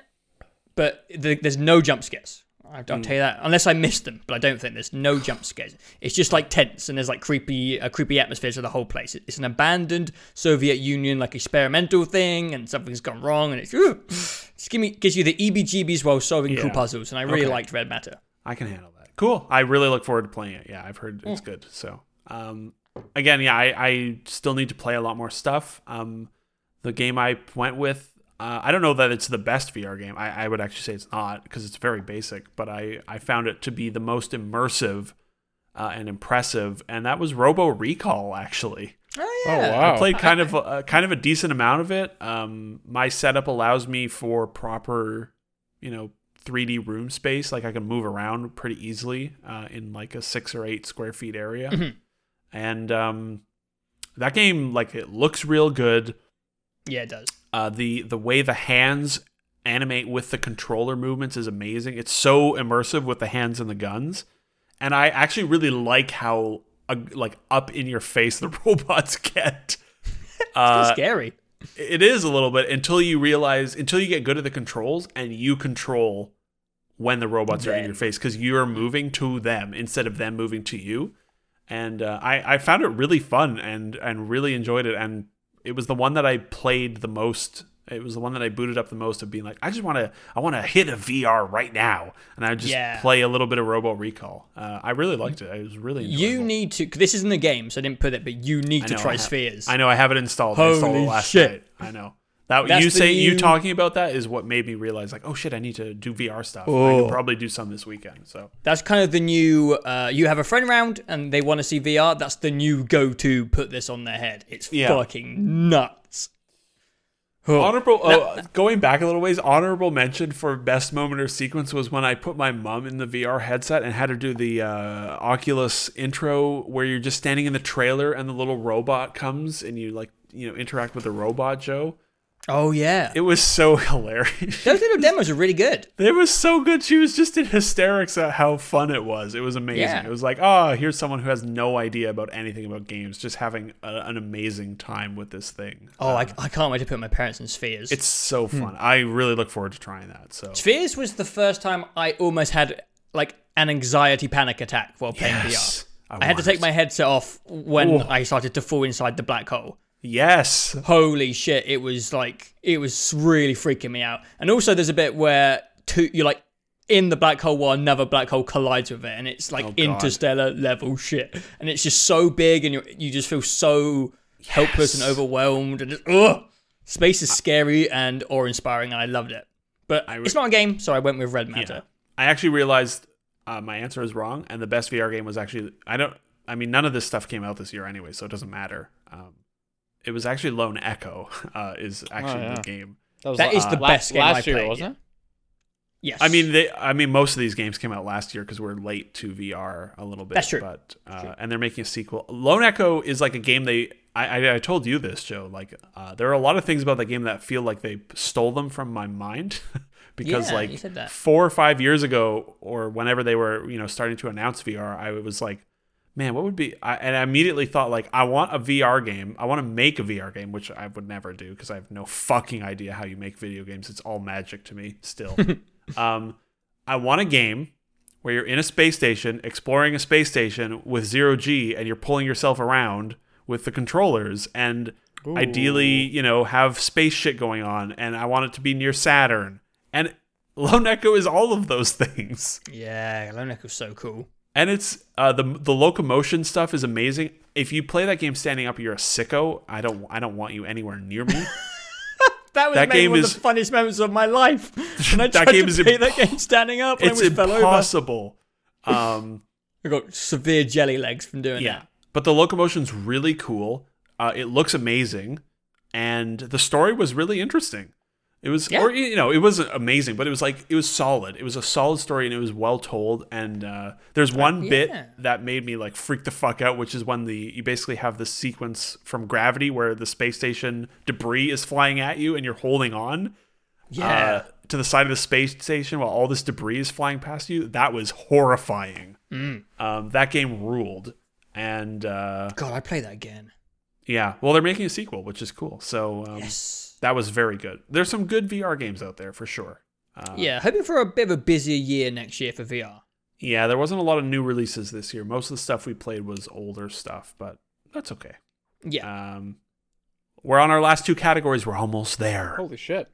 S2: but the, there's no jump scares i don't tell you that unless i missed them but i don't think there's no jump scares it's just like tense and there's like creepy a creepy atmosphere to the whole place it's an abandoned soviet union like experimental thing and something's gone wrong and it's just give me gives you the E ebgbs while solving cool
S1: Yeah.
S2: puzzles and i really
S1: Okay.
S2: liked red matter
S1: I can handle that. Cool. I really look forward to playing it. Yeah, I've heard
S2: Mm.
S1: it's good. So, um, again, yeah, I, I still need to play a lot more stuff. Um, the game I went with, uh, I don't know that it's the best VR game. I, I would actually say it's not because it's very basic, but I, I found it to be the most immersive uh, and impressive. And that was Robo Recall, actually.
S2: Oh
S3: Oh,
S2: yeah.
S3: wow.
S1: I played kind of uh, kind of a decent amount of it. Um, my setup allows me for proper, you know, 3D room space. Like I can move around pretty easily uh, in like a six or eight square feet area. And um, that game, like it looks real good.
S2: Yeah, it does.
S1: Uh, the the way the hands animate with the controller movements is amazing. It's so immersive with the hands and the guns, and I actually really like how uh, like up in your face the robots get.
S2: It's
S1: Uh,
S2: scary.
S1: it is a little bit until you realize until you get good at the controls and you control when the robots are in
S2: Then.
S1: your face because you're moving to them instead of them moving to you and uh, I, I found it really fun and and really enjoyed it and it was the one that i played the most it was the one that i booted up the most of being like i just want to i want to hit a vr right now and i just
S2: Yeah.
S1: play a little bit of robo recall uh, i really liked it it was really enjoyable.
S2: You need to. 'cause This isn't the game, so I didn't put it. But you need
S1: I
S2: to
S1: know,
S2: try
S1: I have-
S2: spheres.
S1: I know I have it installed. I installed it
S2: Holy
S1: last
S2: shit.
S1: night. I know. That
S2: That's
S1: you
S2: the
S1: say you
S2: new-
S1: talking about that is what made me realize like, oh shit, I need to do VR stuff. I
S2: Oh.
S1: could probably do some this weekend. So
S2: That's kind of the new. Uh, you have a friend round and they want to see VR. That's the new go-to. Put this on their head. It's
S1: Yeah.
S2: fucking nuts. Oh.
S1: honorable oh, going back a little ways, honorable mention for best moment or sequence was when I put my mom in the VR headset and had her do the uh, Oculus intro where you're just standing in the trailer and the little robot comes and you like you know interact with the robot Joe.
S2: Oh yeah,
S1: It was so hilarious.
S2: those little demos are really good.
S1: It was so good. She was just in hysterics at how fun it was. It was amazing.
S2: Yeah.
S1: It was like, oh, here's someone who has no idea about anything about games, just having a, an amazing time with this thing.
S2: Oh, I, I can't wait to put my parents in spheres.
S1: Uh, It's so fun. I really look forward to trying that. So
S2: spheres was the first time I almost had like an anxiety panic attack while playing
S1: Yes. I
S2: VR. I, had to
S1: want
S2: take
S1: it.
S2: my headset off when I started to fall inside the black hole.
S1: yes,
S2: holy shit it was like it was really freaking me out and also there's a bit where two you're like in the black hole while another black hole collides with it and it's
S1: Oh,
S2: like interstellar level shit and it's just so big and you you just feel so helpless and
S1: Yes.
S2: overwhelmed and just, ugh. space is scary and awe-inspiring and i loved it but
S1: I re-
S2: it's not a game so i went with red matter
S1: I actually realized uh, my answer is wrong, and the best VR game was actually I don't. I mean, none of this stuff came out this year anyway, so it doesn't matter. Um, it was actually Lone Echo uh, is actually
S3: yeah.
S1: the game.
S3: was
S2: That
S3: la-
S2: is the
S3: la-
S2: best game
S3: last
S2: I
S3: year,
S2: played,
S3: wasn't
S2: yes
S1: I mean, they. I mean, most of these games came out last year because we're late to VR a little bit.
S2: That's true.
S1: But uh, and they're making a sequel. Lone Echo is like a game they. I, I, I told you this, Joe. Like, uh, there are a lot of things about that game that feel like they stole them from my mind, because
S2: Yeah, you said
S1: like
S2: that.
S1: four or five years ago, or whenever they were, you know, starting to announce VR, I was like, man, what would be? I, and I immediately thought like, I want a VR game. I want to make a VR game, which I would never do because I have no fucking idea how you make video games. It's all magic to me still. um, I want a game where you're in a space station, exploring a space station with zero G, and you're pulling yourself around with the controllers, and ideally, you know, have space shit going on. And I want it to be near Saturn. And Lone Echo is all of those things
S2: yeah lone echo's so cool
S1: and it's uh, the the locomotion stuff is amazing. If you play that game standing up, you're a sicko. I don't I don't want you anywhere near me.
S2: that was
S1: That
S2: maybe
S1: game
S2: one
S1: is-
S2: of the funniest moments of my life. And I
S1: That
S2: tried
S1: game
S2: to
S1: is
S2: play
S1: impo-
S2: that game standing up and I
S1: it's
S2: almost fell over.
S1: impossible. Um,
S2: I got severe jelly legs from doing
S1: yeah,
S2: that.
S1: but the locomotion's really cool. Uh, it looks amazing, and the story was really interesting. It was,
S2: Yeah.
S1: or you know, it wasn't amazing, but it was like it was solid. It was a solid story, and it was well told. And uh, there's one bit
S2: yeah.
S1: that made me like freak the fuck out, which is when the you basically have this sequence from Gravity where the space station debris is flying at you, and you're holding on.
S2: Yeah.
S1: uh, to the side of the space station while all this debris is flying past you. That was horrifying.
S2: Mm.
S1: Um, that game ruled. And uh,
S2: God, I play that again.
S1: yeah, well, they're making a sequel, which is cool. So um,
S2: Yes.
S1: that was very good. There's some good VR games out there for sure. Uh,
S2: yeah, hoping for a bit of a busier year next year for VR.
S1: yeah, there wasn't a lot of new releases this year. Most of the stuff we played was older stuff, but that's okay.
S2: Yeah.
S1: Um, we're on our last two categories. We're almost
S3: it?
S1: there.
S3: Holy shit!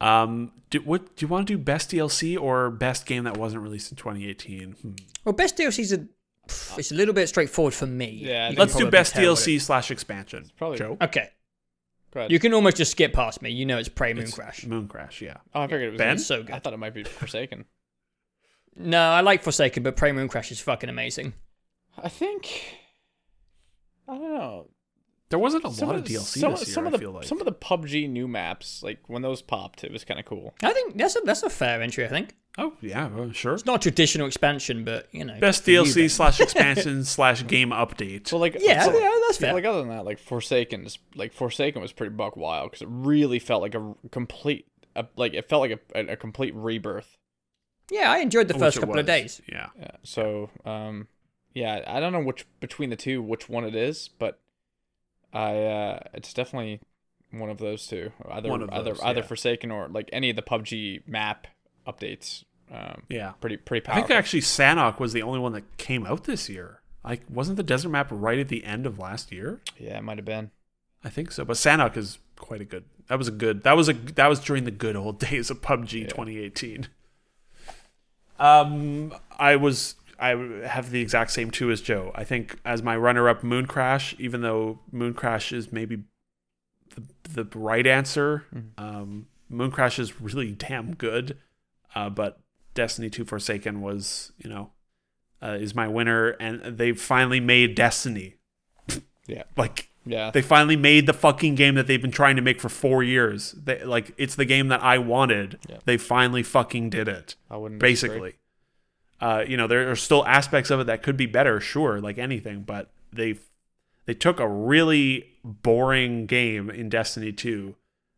S1: Um, do, what do you want to do? Best DLC or best game that wasn't released in 2018? Hmm.
S2: well, best DLCs are. pff, It's a little bit straightforward for me.
S3: Yeah,
S2: You can
S1: Let's do
S2: probably
S1: best
S2: tell what
S1: DLC slash expansion.
S3: probably-
S1: Joe.
S2: it- Okay.
S3: Go ahead.
S2: You can almost just skip past me. You know it's Prey Moon
S1: It's
S2: Crash.
S1: Moon Crash. Yeah.
S3: oh, I figured it was
S1: Ben?
S3: It's
S2: So good.
S3: I thought it might be Forsaken.
S2: No, I like Forsaken, but Prey Moon Crash is fucking amazing.
S3: I think I don't know.
S1: There wasn't a lot
S3: of
S1: of
S3: the-
S1: DLC
S3: some,
S1: this year.
S3: some of
S1: I
S3: the
S1: feel like
S3: some of the PUBG new maps, like when those popped, it was kind of cool.
S2: I think that's a that's a fair entry. I think
S1: oh yeah, well, sure.
S2: it's not a traditional expansion, but you know,
S1: Best
S2: for you,
S1: DLC
S2: Ben.
S1: slash expansion slash game update.
S3: So like
S2: Yeah,
S3: so-
S2: yeah, that's fair.
S3: Like other than that, like Forsaken is like Forsaken was pretty buck wild because it really felt like a r- complete, a, like it felt like a, a, a complete rebirth.
S2: Yeah, I enjoyed the
S1: Which
S2: first
S1: it
S2: couple
S1: was.
S2: of days.
S1: Yeah.
S3: Yeah, so um, yeah, I don't know which between the two which one it is, but I uh, it's definitely one of those two. Either
S1: One of
S3: either
S1: those,
S3: either
S1: yeah.
S3: Forsaken or like any of the PUBG map updates. Um,
S1: Yeah.
S3: pretty pretty
S1: I
S3: powerful.
S1: think actually Sanok was the only one that came out this year. Like, wasn't the desert map right at the end of last year?
S3: yeah, it might have been.
S1: I think so. But Sanok is quite a good. That was a good. That was a that was during the good old days of PUBG 2018. Um, I was I have the exact same two as Joe. I think as my runner up, Moon Crash. Even though Moon Crash is maybe the the right answer, um, Moon Crash is really damn good. Uh, but Destiny 2 Forsaken was you know uh, is my winner, and they finally made Destiny.
S3: Yeah.
S1: Like
S3: Yeah,
S1: they finally made the fucking game that they've been trying to make for four years. They, like it's the game that I wanted.
S3: Yeah.
S1: They finally fucking did it.
S3: I wouldn't disagree.
S1: Basically, uh, you know, there are still aspects of it that could be better, sure, like anything. But they they took a really boring game in Destiny Two.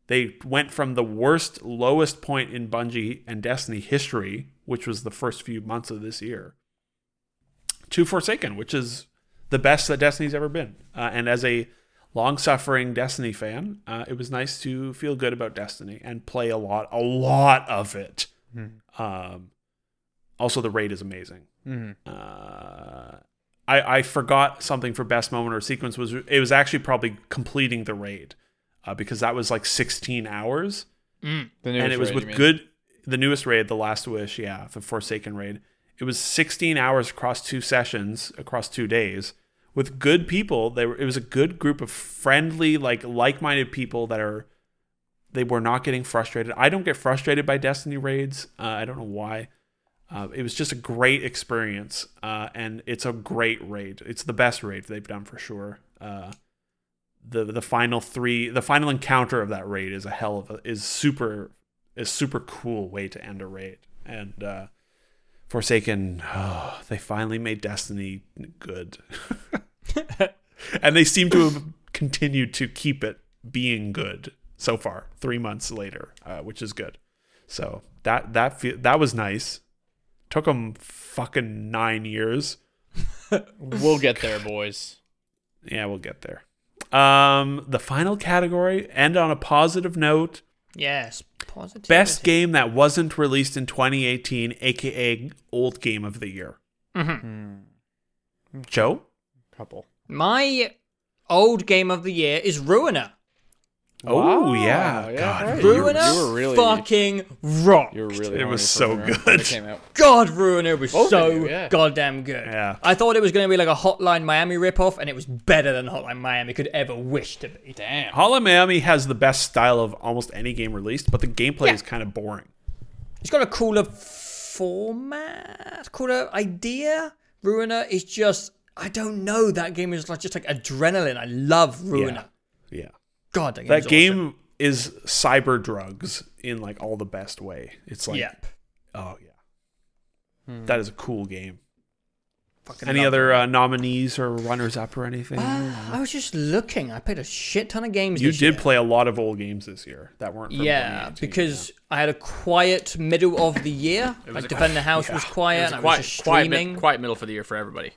S1: They went from the worst, lowest point in Bungie and Destiny history, which was the first few months of this year, to Forsaken, which is the best that Destiny's ever been. Uh, and as a long-suffering Destiny fan, uh, it was nice to feel good about Destiny and play a lot, a lot of it.
S3: Hmm.
S1: Um, also, the raid is amazing.
S3: Mhm.
S1: Uh, I I forgot something for best moment or sequence was it was actually probably completing the raid, uh, because that was like 16 hours
S2: Mm.
S3: The
S1: and
S3: newest
S1: it was
S3: raid, you
S1: with
S3: mean?
S1: good the newest raid the last wish yeah the forsaken raid it was 16 hours across two sessions across two days with good people they were it was a good group of friendly like like-minded people that are they were not getting frustrated i don't get frustrated by destiny raids uh, i don't know why uh, it was just a great experience uh, and it's a great raid it's the best raid they've done for sure uh, the the final three the final encounter of that raid is a hell of a is super is super cool way to end a raid and uh forsaken oh, they finally made destiny good and they seem to have continued to keep it being good so far three months later uh, which is good so that that fe- that was nice took them fucking nine years
S3: We'll get there, boys.
S1: yeah we'll get there um the final category end on a positive note
S2: Yes, positive.
S1: Best game that wasn't released in 2018, aka old game of the year.
S2: Mhm.
S1: Hmm. Joe?
S3: Couple.
S2: My old game of the year is Ruiner.
S1: Oh,
S3: Wow,
S1: yeah.
S3: yeah,
S1: God,
S3: right.
S1: you were-
S2: Ruiner
S3: you were really-
S2: fucking rock.
S3: You were really.
S1: It
S3: horny
S1: was
S3: for
S1: so
S3: Ruiner when
S1: good.
S3: It came out.
S2: God, Ruiner was
S3: Both of
S2: so
S3: you, yeah.
S2: goddamn good.
S1: Yeah.
S2: I thought it was going to be like a Hotline Miami ripoff, and it was better than Hotline Miami could ever wish to be.
S3: Damn.
S1: Hollow Miami has the best style of almost any game released, but the gameplay
S2: Yeah.
S1: is kind of boring.
S2: It's got a cooler format, cooler idea. Ruiner is just, I don't know. That game is like just like adrenaline. I love Ruiner.
S1: Yeah.
S2: God, that game. is
S1: That
S2: awesome.
S1: game is cyber drugs in like all the best way. It's like,
S2: yep.
S1: oh, yeah. That is a cool game.
S2: Fucking
S1: Any
S2: love
S1: other uh, nominees or runners up or anything?
S2: Ah, I was just looking. I played a shit ton of games.
S1: you
S2: this
S1: did
S2: year.
S1: play a lot of old games this year that weren't. From
S2: Yeah,
S1: 2018,
S2: because I had a quiet middle of the year. like Defend the House was quiet. and I was just
S4: quiet,
S2: streaming.
S4: mid, quiet middle for the year for everybody.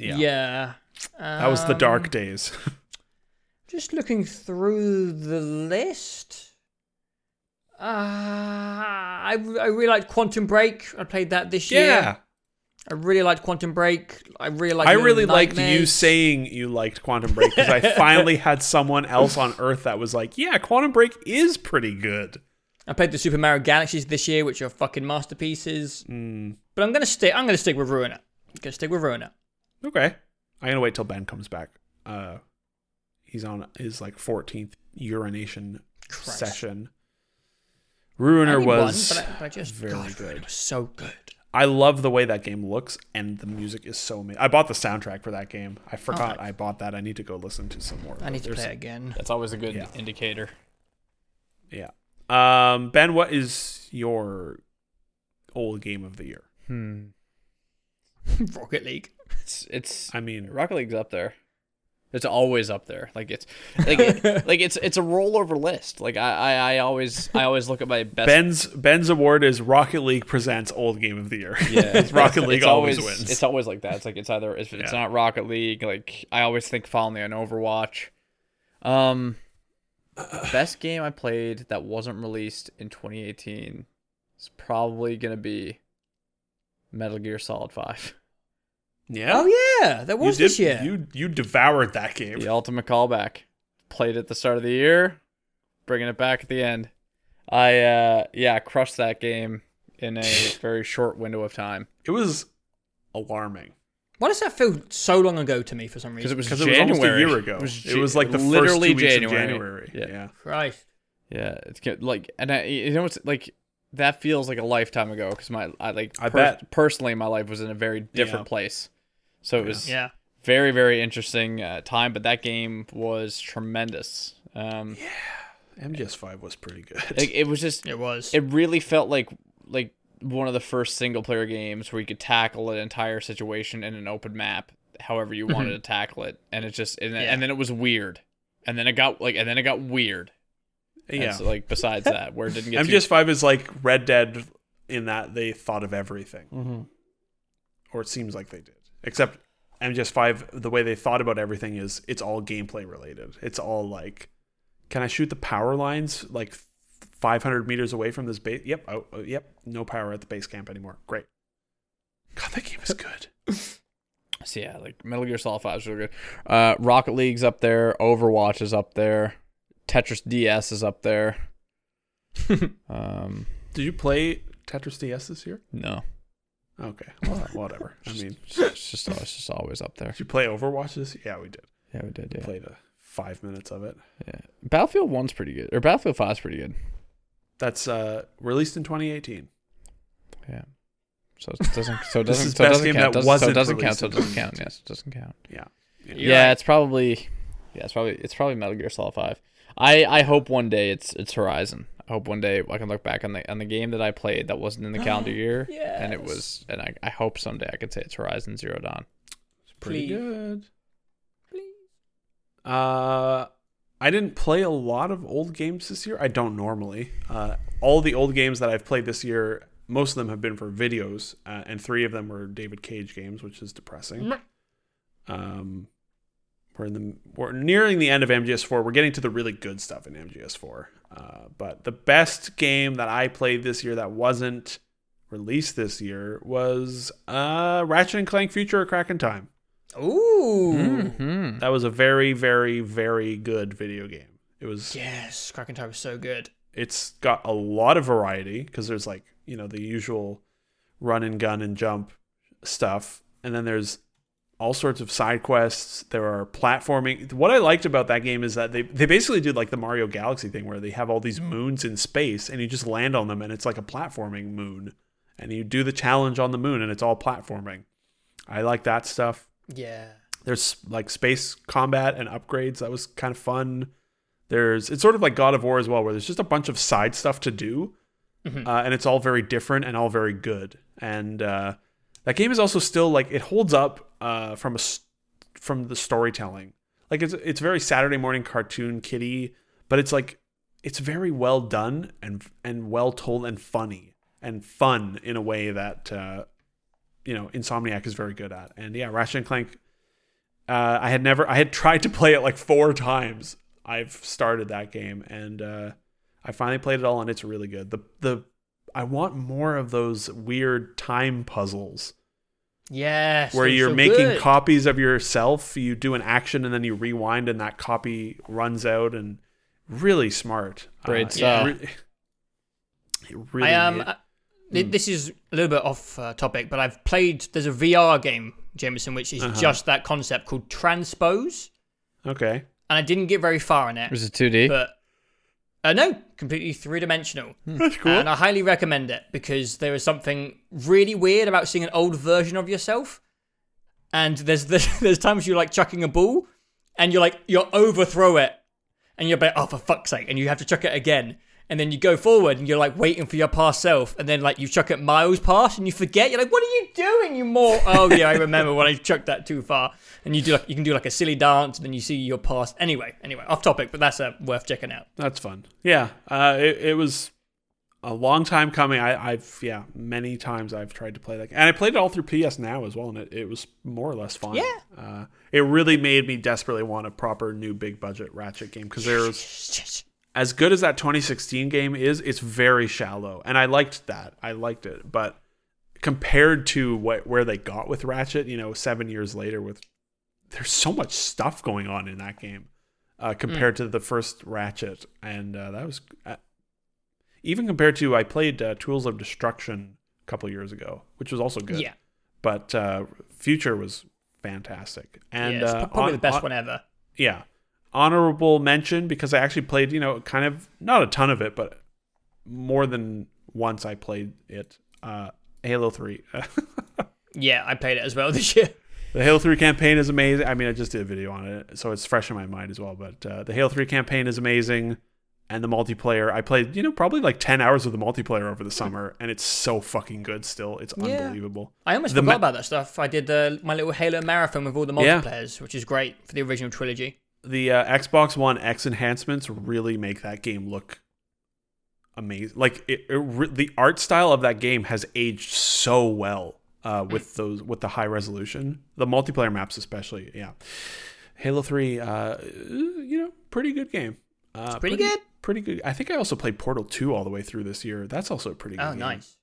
S1: yeah.
S2: Yeah.
S1: That was the
S2: Um,
S1: dark days.
S2: Just looking through the list. Uh, I, I really liked Quantum Break. I played that this year. I really liked Quantum Break. I really liked
S1: I
S2: Little
S1: really liked you
S2: Nightmares.
S1: saying you liked Quantum Break because I finally had someone else on Earth that was like, yeah, Quantum Break is pretty good.
S2: I played the Super Mario Galaxies this year, which are fucking masterpieces.
S1: Hmm.
S2: But I'm gonna stick. I'm gonna stick with Ruiner. I'm gonna stick with Ruiner.
S1: Okay. I'm going to wait till Ben comes back. Uh, he's on his like 14th urination
S2: Christ.
S1: session.
S2: I
S1: Ruiner
S2: only won,
S1: was.
S2: but I, but I just
S1: very
S2: God, Ruiner
S1: good.
S2: was so good.
S1: I love the way that game looks, and the music is so amazing. I bought the soundtrack for that game. I forgot I bought that. I need to go listen to some more. of
S2: I
S1: it.
S2: need to
S1: There's-
S2: play it again.
S3: That's always a good
S1: Yeah.
S3: indicator.
S1: Yeah. Um, ben, what is your old game of the year?
S3: Hmm.
S2: Rocket League.
S3: It's it's
S1: I mean,
S3: Rocket League's up there. It's always up there. Like it's like it- like it's it's a rollover list. Like I, I I always I always look at my best.
S1: Ben's Ben's award is Rocket League presents old game of the year.
S3: Yeah, it's
S1: Rocket League
S3: it's
S1: always, wins.
S3: It's always like that. It's like it's either if it's
S1: Yeah.
S3: not Rocket League. Like I always think finally on Overwatch. Um, best game I played that wasn't released in 2018 is probably gonna be Metal Gear Solid Five.
S1: yeah.
S2: Oh yeah, that was
S1: you
S2: this year.
S1: You you devoured that game.
S3: The ultimate callback. Played at the start of the year, bringing it back at the end. I uh yeah, crushed that game in a very short window of time
S1: It was alarming
S2: Why does that feel so long ago to me for some
S3: because
S2: reason?
S3: it was
S1: because it was almost
S3: January.
S1: a year ago. It was,
S3: Ja-
S1: like the
S3: literally
S1: first two weeks of
S3: January.
S1: January.
S3: Yeah.
S1: yeah.
S2: Christ.
S3: Yeah, it's good. Like, and I, you know, it's like that feels like a lifetime ago because my, I like,
S1: I bet.
S3: personally, my life was in a very different
S1: Yeah.
S3: place. So it was
S2: Yeah.
S3: very, very interesting uh, time. But that game was tremendous. Um,
S1: MGS5 was pretty good.
S3: like, it was just,
S2: It was.
S3: it really felt like, like one of the first single player games where you could tackle an entire situation in an open map, however you wanted to tackle it, and it just, and, then-
S2: Yeah.
S3: and then it was weird, and then it got like, and then it got weird. And
S1: yeah.
S3: so, like besides that, where it didn't get too
S1: MGS5 is like Red Dead in that they thought of everything.
S3: Mm-hmm.
S1: Or it seems like they did. Except MGS5, the way they thought about everything is it's all gameplay related. It's all like, can I shoot the power lines like 500 meters away from this base? Yep. Oh, oh, yep. No power at the base camp anymore. Great. God, that game is good.
S3: So yeah, like Metal Gear Solid Five is really good. Uh, Rocket League's up there. Overwatch is up there. Tetris DS is up there. Um,
S1: Did you play Tetris DS this year?
S3: no,
S1: Okay. Well, whatever. I mean,
S3: it's just, it's just it's just always up there.
S1: did you play Overwatch this? Yeah, we did.
S3: Yeah, we did. Yeah,
S1: Played a five minutes of it.
S3: yeah. Battlefield One's pretty good, or Battlefield Five's pretty good.
S1: That's uh, released in 2018.
S3: Yeah. So it doesn't. So it
S1: This
S3: doesn't.
S1: is
S3: so it
S1: best
S3: doesn't
S1: game
S3: count.
S1: that
S3: doesn't, so
S1: wasn't
S3: it doesn't count.
S1: released
S3: So
S1: in
S3: it doesn't count. Yes, it doesn't count.
S1: Yeah.
S2: You're
S3: yeah,
S2: right.
S3: it's probably. Yeah, it's probably it's probably Metal Gear Solid Five. I I hope one day it's it's Horizon. I hope one day I can look back on the on the game that I played that wasn't in the calendar year, and it
S2: Yes.
S3: was. And I, I hope someday I could say it's Horizon Zero Dawn.
S1: It's pretty
S2: Please.
S1: good. Uh, I didn't play a lot of old games this year. I don't normally. Uh, all the old games that I've played this year, most of them have been for videos, uh, and three of them were David Cage games, which is depressing. Um, we're in the we're nearing the end of MGS4. We're getting to the really good stuff in MGS4. Uh, but the best game that I played this year that wasn't released this year was uh, Ratchet and Clank Future of Kraken Time.
S2: Ooh.
S3: Hmm.
S1: That was a very, very, very good video game. It was.
S2: Yes, Kraken Tower was so good.
S1: It's got a lot of variety because there's like you know the usual run and gun and jump stuff, and then there's all sorts of side quests. There are platforming. What I liked about that game is that they they basically did like the Mario Galaxy thing where they have all these moons in space and you just land on them and it's like a platforming moon, and you do the challenge on the moon and it's all platforming. I like that stuff
S2: Yeah.
S1: there's like space combat and upgrades that was kind of fun there's it's sort of like god of war as well where there's just a bunch of side stuff to do
S2: Mhm.
S1: uh, and it's all very different and all very good and uh, that game is also still like it holds up uh, from a s- from the storytelling like it's it's very saturday morning cartoon kitty but it's like it's very well done and and well told and funny and fun in a way that uh, you know insomniac is very good at and yeah ratchet and clank uh, I had never I had tried to play it like four times. I've started that game and uh, I finally played it all and it's really good. The the I want more of those weird time puzzles
S2: Yes.
S1: where
S2: they were
S1: you're
S2: so
S1: making
S2: good.
S1: copies of yourself. You do an action and then you rewind and that copy runs out and really smart. Uh,
S3: Braid
S1: it
S3: style.
S1: re- it really
S2: I um,
S1: it-
S2: I- thi- this is a little bit off uh, topic, but I've played. There's a VR game, Jameson, which is
S1: Uh-huh.
S2: just that concept called Transpose,
S1: okay.
S2: and I didn't get very far in it.
S3: Was it two D?
S2: but Uh, no, completely three dimensional.
S1: That's cool.
S2: And I highly recommend it because there is something really weird about seeing an old version of yourself. And there's there's, there's times you're like chucking a ball and you're like, you overthrow it. And you're like, oh, for fuck's sake. And you have to chuck it again. And then you go forward and you're like waiting for your past self. And then like you chuck it miles past and you forget. You're like, what are you doing, you more? Oh, yeah, I remember when I chucked that too far. And you do like, you can do like a silly dance and then you see your past. Anyway, anyway, off topic, but that's uh, worth checking out.
S1: That's fun. Yeah, uh, it, it was a long time coming. I, I've yeah, many times I've tried to play that, and I played it all through PS Now as well, and it, it was more or less fun.
S2: Yeah.
S1: uh, it really made me desperately want a proper new big budget Ratchet game because there's as good as that 2016 game is, it's very shallow, and I liked that. I liked it, but compared to what where they got with Ratchet, you know, seven years later, with there's so much stuff going on in that game uh, compared to the first Ratchet, and uh, that was uh, even compared to I played uh, Tools of Destruction a couple years ago, which was also good.
S2: Yeah.
S1: but uh, Future was fantastic, and
S2: yeah, it's
S1: uh,
S2: probably
S1: on-
S2: the best
S1: on-
S2: one ever.
S1: yeah honorable mention because i actually played you know kind of not a ton of it but more than once i played it uh halo 3
S2: Yeah, I played it as well this year.
S1: the halo 3 campaign is amazing i mean i just did a video on it so it's fresh in my mind as well but uh, the halo 3 campaign is amazing and the multiplayer i played you know probably like 10 hours of the multiplayer over the summer and it's so fucking good still it's
S2: Yeah.
S1: unbelievable
S2: I almost
S1: The
S2: forgot
S1: ma-
S2: about that stuff. I did uh, my little Halo marathon with all the
S1: Yeah.
S2: multiplayers, which is great for the original trilogy.
S1: the uh, Xbox One X enhancements really make that game look amazing. Like it, it re- the art style of that game has aged so well uh, with those with the high resolution, the multiplayer maps especially. Yeah, Halo Three, uh, you know, pretty good game. Uh,
S2: pretty good.
S1: Pretty good. I think I also played Portal Two all the way through this year. That's also a pretty good
S2: Oh,
S1: game.
S2: nice.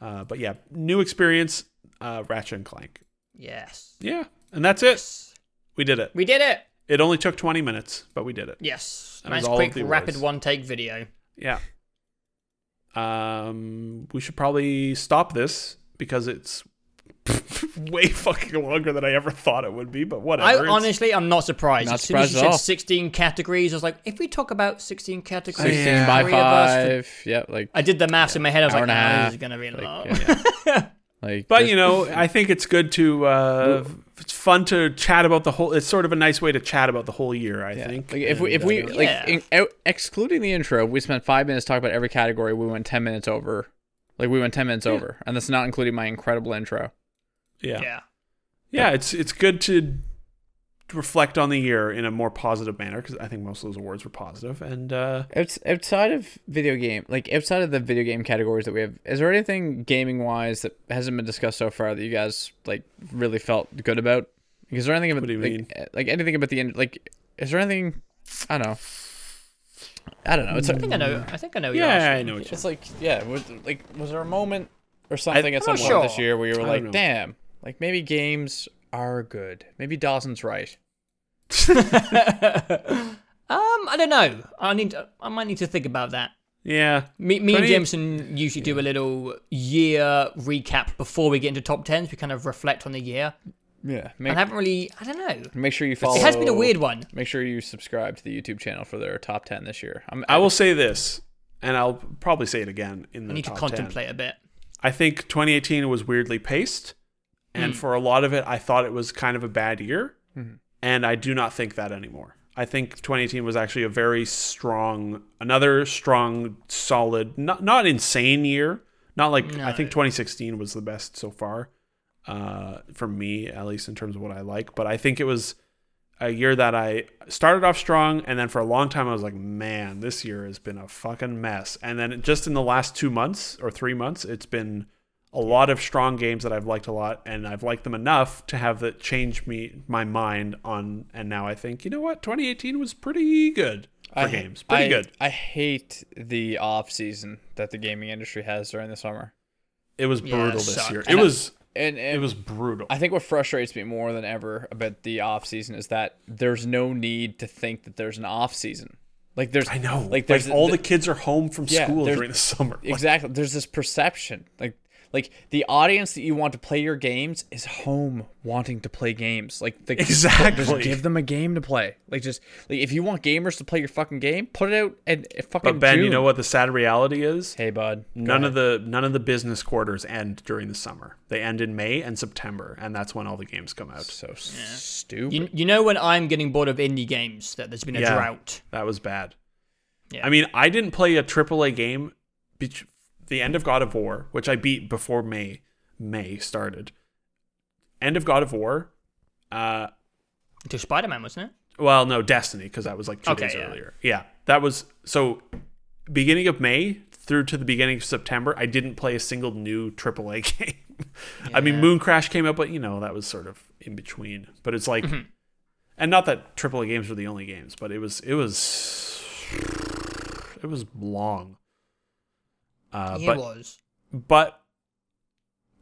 S1: Uh, but yeah, new experience, uh, Ratchet and Clank.
S2: Yes.
S1: Yeah, and that's it.
S2: Yes.
S1: We did it.
S2: We did it.
S1: It only took 20 minutes, but we did it.
S2: Yes.
S1: That was
S2: nice
S1: all
S2: quick
S1: of the
S2: rapid
S1: awards.
S2: one take video.
S1: Yeah. Um, we should probably stop this because it's way fucking longer than I ever thought it would be. But whatever.
S2: I
S1: It's-
S2: honestly, I'm not surprised.
S3: Not
S2: as soon as
S3: surprised
S2: you
S3: at
S2: said
S3: all.
S2: 16 categories, I was like, if we talk about 16 categories,
S3: 16
S1: Yeah.
S3: by
S2: three of us could-
S3: five. Yep, like
S2: I did the maths in my head. I was
S3: hour
S2: like,
S3: and a
S2: nah,
S3: half.
S2: this is gonna be
S3: like,
S2: long.
S3: yeah, yeah. like
S1: but
S3: this-
S1: you know, I think it's good to. Uh, it's fun to chat about the whole. It's sort of a nice way to chat about the whole year. I
S3: Yeah.
S1: think.
S3: Like if we, if
S1: And,
S3: we
S1: uh,
S3: like
S2: Yeah.
S3: in, out, excluding the intro, if we spent five minutes talking about every category. We went ten minutes over. Like we went ten minutes over, and that's not including my incredible intro.
S1: yeah. yeah,
S2: yeah.
S1: it's it's good to reflect on the year in a more positive manner because I think most of those awards were positive and. uh
S3: Outs- Outside of video game, like outside of the video game categories that we have, is there anything gaming wise that hasn't been discussed so far that you guys like really felt good about? Like, Is there anything about
S1: What do you
S3: like,
S1: mean?
S3: eh, like anything about the end? Like, is there anything? I don't know. I don't know. It's
S2: I think I know. I think I know. what you're
S1: Yeah, I
S2: asking.
S1: know what you
S3: It's like, yeah, was, like, was there a moment or something at
S2: I'm
S3: some
S2: not
S3: point this
S2: sure.
S3: year where you were
S1: don't
S3: like,
S1: know.
S3: damn, like maybe games are good. Maybe Dawson's right.
S2: Um, I don't know. I need. To, I might need to think about that.
S1: Yeah.
S2: Me, me and
S1: 20
S2: Jameson usually do a little year recap before we get into top tens. We kind of reflect on the year.
S3: Yeah.
S2: And
S3: Make,
S2: I haven't really. I don't know.
S3: make sure you follow.
S2: It has been a weird one.
S3: Make sure you subscribe to the YouTube channel for their top 10 this year. I'm,
S1: I will say this, and I'll probably say it again in the
S2: I need to
S1: top 10.
S2: contemplate a bit.
S1: I think 2018 was weirdly paced, and
S2: Hmm.
S1: for a lot of it, I thought it was kind of a bad year, and I do not think that anymore. I think 2018 was actually a very strong, another strong, solid, not not insane year. Not like I think 2016 was the best so far, uh, for me at least in terms of what I like. But I think it was a year that I started off strong, and then for a long time I was like, man, this year has been a fucking mess. And then just in the last two months or three months, it's been a lot of strong games that I've liked a lot, and I've liked them enough to have that change me my mind on. And now I think, you know what, 2018 was pretty good for
S3: I-
S1: games, pretty
S3: I-
S1: good.
S3: I hate the off season that the gaming industry has during the summer.
S1: It was
S2: Yeah,
S1: brutal
S2: it
S1: this
S2: sucked.
S1: year. It
S3: And I-
S1: was
S3: And, and
S1: it was brutal.
S3: I think what frustrates me more than ever about the off season is that there's no need to think that there's an off season. Like there's
S1: I know,
S3: Like there's
S1: all the, kids are home from
S3: yeah,
S1: school
S3: there's-
S1: during the summer. Like,
S3: exactly there's this perception like Like the audience that you want to play your games is home wanting to play games. Like the,
S1: Exactly.
S3: just give them a game to play. Like just like if you want gamers to play your fucking game, put it out and fucking.
S1: But Ben, you
S3: June.
S1: know what the sad reality is?
S3: Hey bud,
S1: None of the none of the business quarters end during the summer. They end in May and September, and that's when all the games come out.
S3: so stupid.
S2: You, you know when I'm getting bored of indie games that there's been a
S1: Yeah.
S2: drought.
S1: That was bad.
S2: Yeah.
S1: I mean, I didn't play a AAA game bet- the end of God of War, which I beat before May May started. End of God of War, uh,
S2: Until Spider Man, wasn't it?
S1: Well, no, Destiny, because that was like two
S2: Okay,
S1: days
S2: yeah.
S1: earlier. Yeah, that was so. Beginning of May through to the beginning of September, I didn't play a single new AAA game. I mean, Moon Crash came out, but you know that was sort of in between. But it's like,
S2: Mm-hmm.
S1: and not that AAA games were the only games, but it was it was it was long. Uh,
S2: it
S1: but
S2: was.
S1: but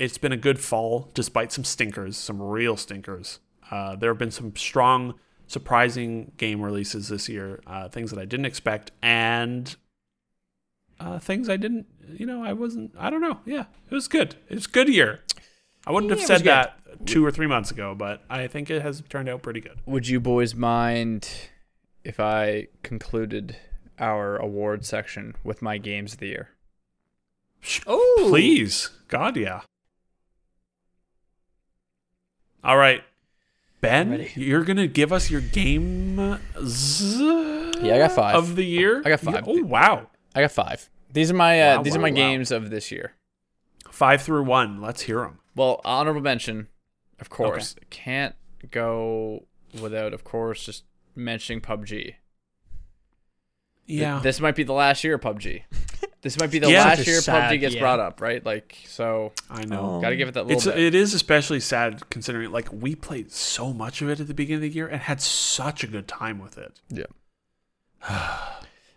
S1: it's been a good fall despite some stinkers, some real stinkers. Uh, there have been some strong, surprising game releases this year, uh, things that I didn't expect, and uh, things I didn't, you know, I wasn't, I don't know. Yeah, it was good. It was a good year. I wouldn't
S3: Yeah,
S1: have
S3: it was
S1: said that two or three months ago, but I think it has turned out pretty good.
S3: Would you boys mind if I concluded our award section with my games of the year?
S2: Oh,
S1: Please, God, yeah. All right, Ben,
S3: ready.
S1: you're gonna give us your game. Yeah,
S3: I got five.
S1: of the year.
S3: I got five.
S1: oh wow,
S3: I got five. These are my uh,
S1: Wow,
S3: these are
S1: wow,
S3: my
S1: wow.
S3: games of this year.
S1: five through one. Let's hear them.
S3: Well, honorable mention, of course, can't go without, of course, just mentioning PUBG.
S1: Yeah,
S3: This might be the last year of PUBG. This might be the
S1: Yeah.
S3: last
S2: Such a
S3: year
S2: sad
S3: PUBG gets
S2: year.
S3: brought up, right? Like, so
S1: I know.
S3: Oh. gotta give it that
S1: Oh.
S3: little
S1: It's
S3: bit.
S1: it is especially sad considering like we played so much of it at the beginning of the year and had such a good time with it.
S3: yeah.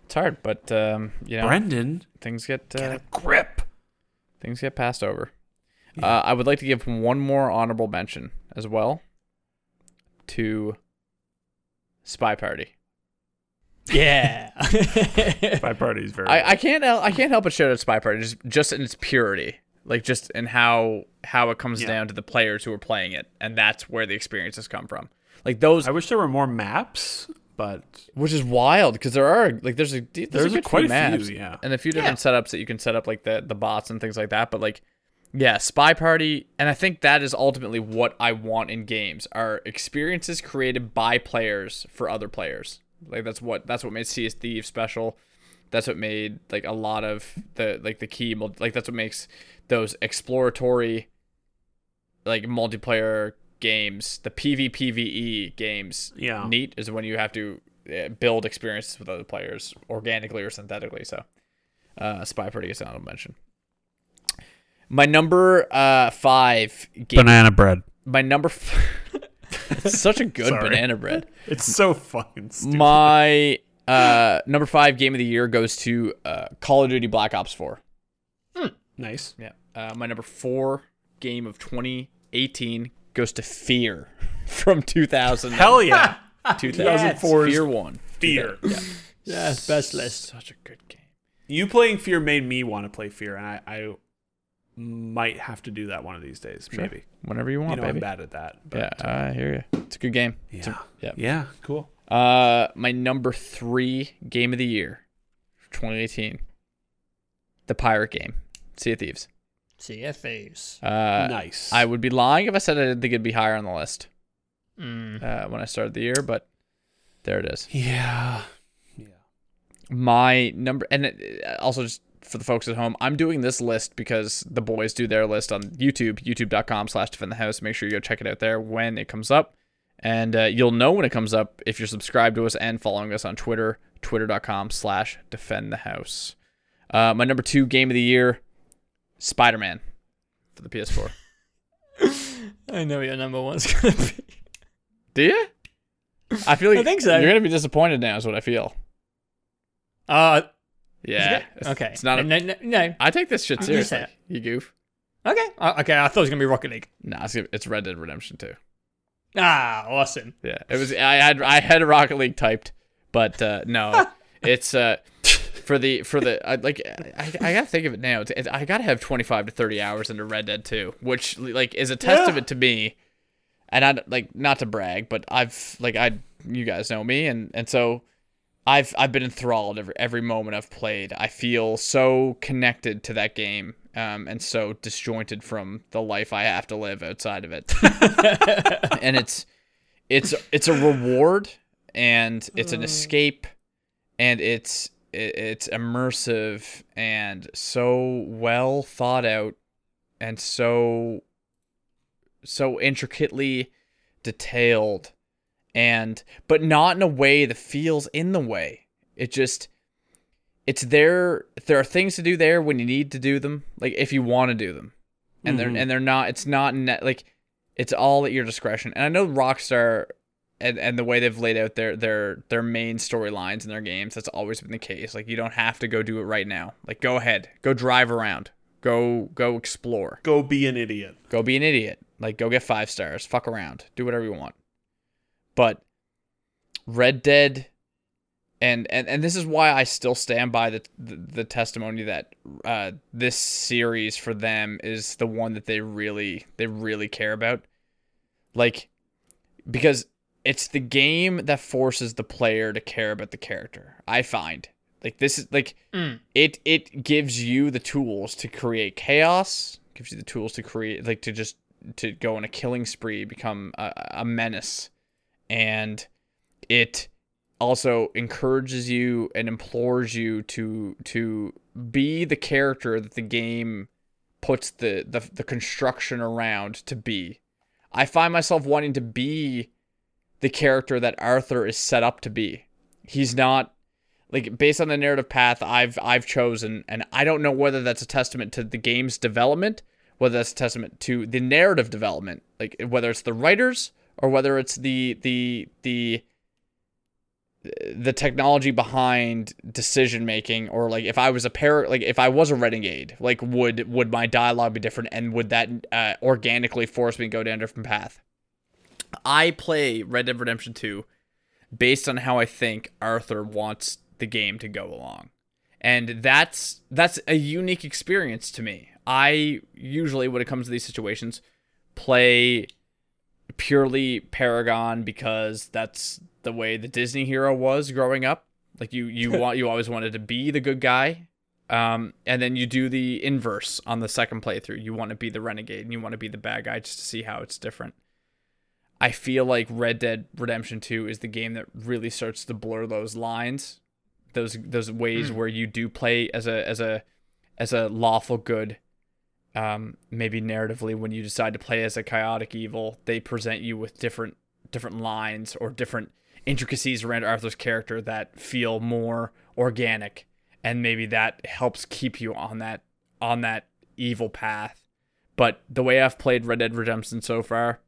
S3: it's hard, but um, you know,
S1: Brendan,
S3: things get
S1: get
S3: uh,
S1: a grip.
S3: things get passed over. Uh, I would like to give one more honorable mention as well to Spy Party.
S2: Yeah.
S1: Five parties, very.
S3: I, I can't hel- I can't help but shout out Spy Party just just in its purity, like just in how how it comes
S1: Yeah.
S3: down to the players who are playing it, and that's where the experiences come from. Like those,
S1: I wish there were more maps, but
S3: which is wild because there are like there's a there's,
S1: There's
S3: a good
S1: quite
S3: few
S1: a few,
S3: maps
S1: yeah.
S3: and a few different setups that you can set up like the the bots and things like that. But like yeah, spy party, and I think that is ultimately what I want in games are experiences created by players for other players. Like that's what that's what made Sea of Thieves special. That's what made like a lot of the like the key mul- like that's what makes those exploratory like multiplayer games, the PvPvE E games,
S1: Yeah.
S3: neat is when you have to uh, build experiences with other players organically or synthetically. So, uh, Spy Party is an honorable mention. My number uh five game.
S1: banana bread.
S3: my number. F- such a good
S1: Sorry.
S3: banana bread.
S1: It's so fucking stupid.
S3: My uh number five game of the year goes to uh Call of Duty Black Ops Four.
S1: nice.
S3: Yeah. Uh, my number four game of 2018 goes to Fear from 2000.
S1: Hell yeah.
S3: 2004
S1: Yes.
S3: Fear One.
S1: Fear.
S2: yeah, best list.
S3: Such a good game.
S1: You playing Fear made me want to play Fear, and I, I might have to do that one of these days. Maybe.
S3: Whenever you
S1: You
S3: want,
S1: know, I'm
S3: baby.
S1: bad at that. But
S3: Yeah, I hear you. It's a good game. It's
S1: yeah.
S3: a- yeah.
S1: Yeah, cool.
S3: Uh, my number three game of the year, 2018, the pirate game, Sea of Thieves.
S2: CFAs.
S3: Uh,
S1: nice.
S3: I would be lying if I said I didn't think it'd be higher on the list
S2: Mm.
S3: uh, when I started the year, but there it is.
S1: yeah. Yeah.
S3: my number and it, uh, also just for the folks at home i'm doing this list because the boys do their list on youtube youtube.com slash defend the house make sure you go check it out there when it comes up and uh, you'll know when it comes up if you're subscribed to us and following us on twitter twitter.com slash defend the house uh, my number two game of the year spider-man for the ps4
S2: I know what your number one's gonna be.
S3: do you i feel like
S2: I think so.
S3: you're gonna be disappointed now is what i feel
S2: Uh,
S3: yeah It's-
S2: okay.
S3: it's not a,
S2: no, no, no.
S3: i take this shit
S2: You said
S3: seriously
S2: it.
S3: you goof
S2: Okay, uh, okay. I thought it was gonna be Rocket League.
S3: Nah, it's, it's Red Dead Redemption 2.
S2: Ah, awesome.
S3: Yeah, it was. I had I had Rocket League typed, but uh, no, it's uh, for the for the I, like I, I gotta think of it now. It's, it's, I gotta have twenty five to thirty hours into Red Dead Two, which like is a testament to me. And I like not to brag, but I've like I you guys know me, and and so I've I've been enthralled every every moment I've played. I feel so connected to that game, um, and so disjointed from the life I have to live outside of it. and it's it's it's a reward, and it's an escape, and it's it, it's immersive and so well thought out, and so so intricately detailed and but not in a way that feels in the way. It just it's there there are things to do there when you need to do them, like if you want to do them. And they're and they're not it's not net like it's all at your discretion. And I know Rockstar and, and the way they've laid out their their their main storylines in their games, that's always been the case. Like you don't have to go do it right now. Like go ahead, go drive around, go go explore,
S1: Go be an idiot.
S3: go be an idiot. Like go get five stars, fuck around, do whatever you want but Red Dead and and, and this is why I still stand by the the, the testimony that uh, this series for them is the one that they really they really care about like because it's the game that forces the player to care about the character I find like this is like
S2: Mm.
S3: it it gives you the tools to create chaos gives you the tools to create like to just to go on a killing spree become a, a menace and it also encourages you and implores you to to be the character that the game puts the the, the construction around to be i find myself wanting to be the character that arthur is set up to be he's not like based on the narrative path I've I've chosen, and I don't know whether that's a testament to the game's development, whether that's a testament to the narrative development, like whether it's the writers or whether it's the the the the technology behind decision making or like if i was a pair like if i was a renegade like would would my dialogue be different and would that uh, organically force me to go down a different path i play red dead redemption 2 based on how I think Arthur wants the game to go along. And that's that's a unique experience to me. I usually when it comes to these situations play purely Paragon because that's the way the Disney hero was growing up. Like you you want you always wanted to be the good guy. Um, and then you do the inverse on the second playthrough. You want to be the renegade and you want to be the bad guy just to see how it's different. I feel like Red Dead Redemption 2 is the game that really starts to blur those lines, those those ways where you do play as a as a as a lawful good. Um, maybe narratively, when you decide to play as a chaotic evil, they present you with different different lines or different intricacies around Arthur's character that feel more organic, and maybe that helps keep you on that on that evil path. But the way I've played Red Dead Redemption so far,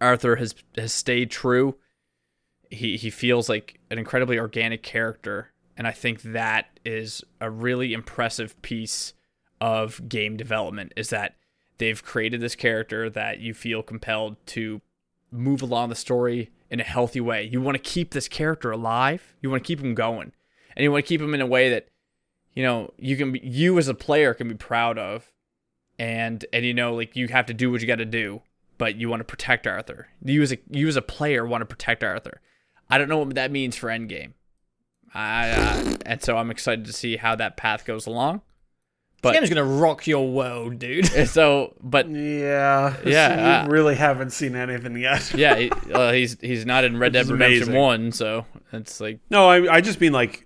S3: Arthur has has stayed true. He he feels like an incredibly organic character, and I think that is a really impressive piece of game development is that they've created this character that you feel compelled to move along the story in a healthy way. You want to keep this character alive, you want to keep him going, and you want to keep him in a way that you know you can be, you as a player can be proud of and and you know like you have to do what you got to do but you want to protect arthur you as a you as a player want to protect arthur i don't know what that means for endgame I, uh, and so i'm excited to see how that path goes along
S2: This
S3: But-
S2: game's gonna rock your world, dude.
S3: and so but
S1: Yeah.
S3: Yeah, uh,
S1: You really haven't seen anything yet.
S3: yeah he, uh, he's he's not in red
S1: Which
S3: dead
S1: is
S3: redemption
S1: amazing.
S3: 1 so it's like
S1: No, I I just mean like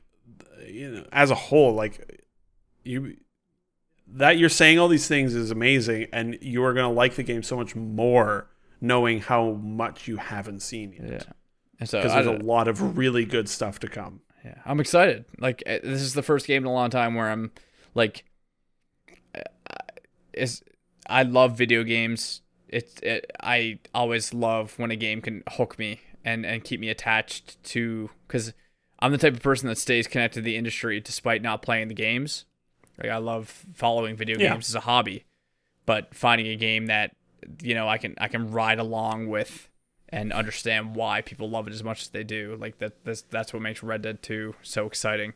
S1: you know, as a whole, like you that you're saying all these things is amazing and you are gonna like the game so much more knowing how much you haven't seen yet.
S3: yeah and so
S1: Because
S3: I
S1: there's
S3: don't-
S1: a lot of really good stuff to come.
S3: Yeah, I'm excited. Like uh, this is the first game in a long time where I'm like, eh, is I love video games. It's it, I always love when a game can hook me and and keep me attached to because I'm the type of person that stays connected to the industry despite not playing the games. Like I love following video
S1: Yeah.
S3: games as a hobby, but finding a game that you know I can I can ride along with and understand why people love it as much as they do. Like that that's that's what makes Red Dead 2 so exciting.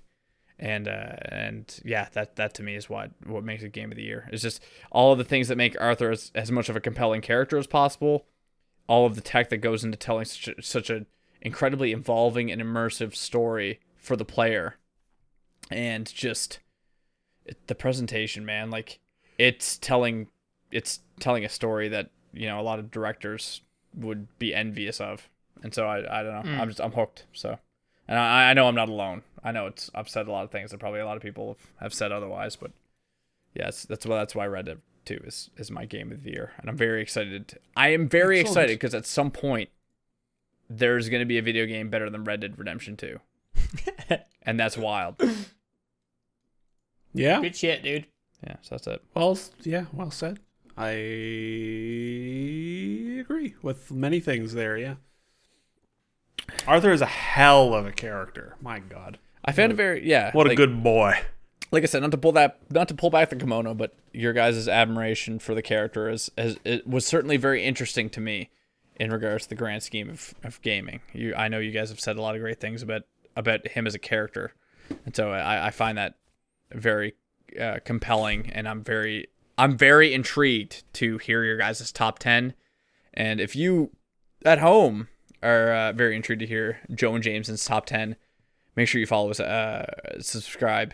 S3: and uh, and yeah, that that to me is what what makes a game of the year. It's just all of the things that make Arthur as, as much of a compelling character as possible, all of the tech that goes into telling such a, such an incredibly involving and immersive story for the player, and just it, the presentation, man, like it's telling it's telling a story that you know a lot of directors would be envious of, and so I I don't
S1: Hmm.
S3: know, I'm just I'm hooked. So, and I I know I'm not alone. I know it's I've said a lot of things that probably a lot of people have, have said otherwise, but yeah, it's, that's why that's why Red Dead Two is is my game of the year, and I'm very excited. I am very
S1: Excellent.
S3: excited because at some point there's going to be a video game better than Red Dead Redemption Two, and that's wild.
S1: Yeah.
S2: Good shit, dude.
S3: Yeah, so that's it.
S1: Well, s- yeah, well said. I agree with many things there, yeah. Arthur is a hell of a character. My god.
S3: I found it very yeah.
S1: What a
S3: like-
S1: good boy.
S3: like I said, not to pull that, not to pull back the kimono, but your guys' admiration for the character is, is it was certainly very interesting to me in regards to the grand scheme of, of gaming. You, I know you guys have said a lot of great things about about him as a character, and so I, I find that very uh, compelling, and I'm very I'm very intrigued to hear your guys' top ten, and if you at home are uh, very intrigued to hear Joe and Jameson's top ten. Make sure you follow us, uh, subscribe,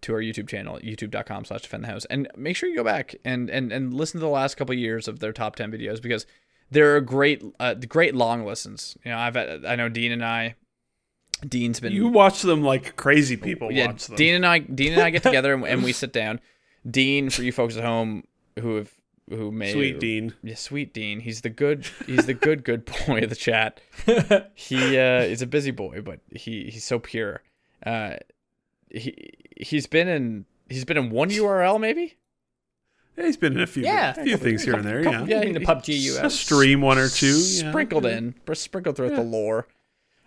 S3: to our YouTube channel, youtube.com slash defend the house. And make sure you go back and, and, and listen to the last couple of years of their top 10 videos because there are great, uh, great long listens. You know, I've, I know Dean and I, Dean's been,
S1: You watch them like crazy people
S3: yeah,
S1: watch them.
S3: Dean and I, Dean and I get together and, and we sit down. Dean, for you folks at home who have, who may
S1: Sweet Dean.
S3: yeah, sweet Dean. He's the good. He's the good good boy of the chat. he uh, is a busy boy, but he he's so pure. Uh, he he's been in he's been in one URL maybe.
S1: Yeah, he's been in a few,
S2: Yeah.
S1: few things here and there, yeah.
S3: yeah,
S2: In the PUBG
S3: he's
S1: A
S2: US.
S1: stream one or two. yeah.
S3: sprinkled in, sprinkled throughout the lore.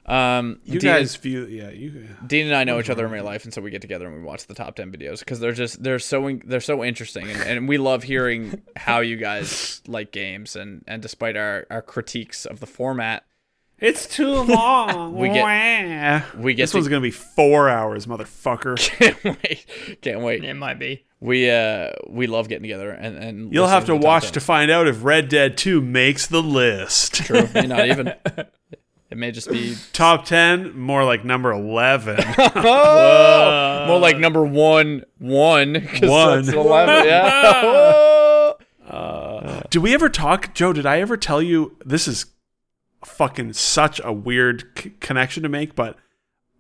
S3: Um,
S1: You
S3: Dean
S1: guys view, yeah, you.
S3: Dean and I know each other in real life, and so we get together and we watch the top ten videos because they're just they're so in, they're so interesting, and, and we love hearing how you guys like games, and and despite our our critiques of the format,
S1: It's too long.
S3: We get- we get
S1: this one's
S3: to-
S1: gonna be four hours, motherfucker.
S3: can't wait, can't wait.
S2: It might be. we
S3: We uh we love getting together, and and
S1: You'll have to
S3: listening
S1: watch
S3: the
S1: to find out if Red Dead Two makes the list.
S3: top 10. True, may not even. It may just be
S1: Top ten, more like number eleven.
S3: Uh, oh, more like number one, one, 'cause
S1: One.
S3: that's eleven. Yeah.
S1: did we ever talk, Joe? Did I ever tell you this is fucking such a weird c- connection to make? But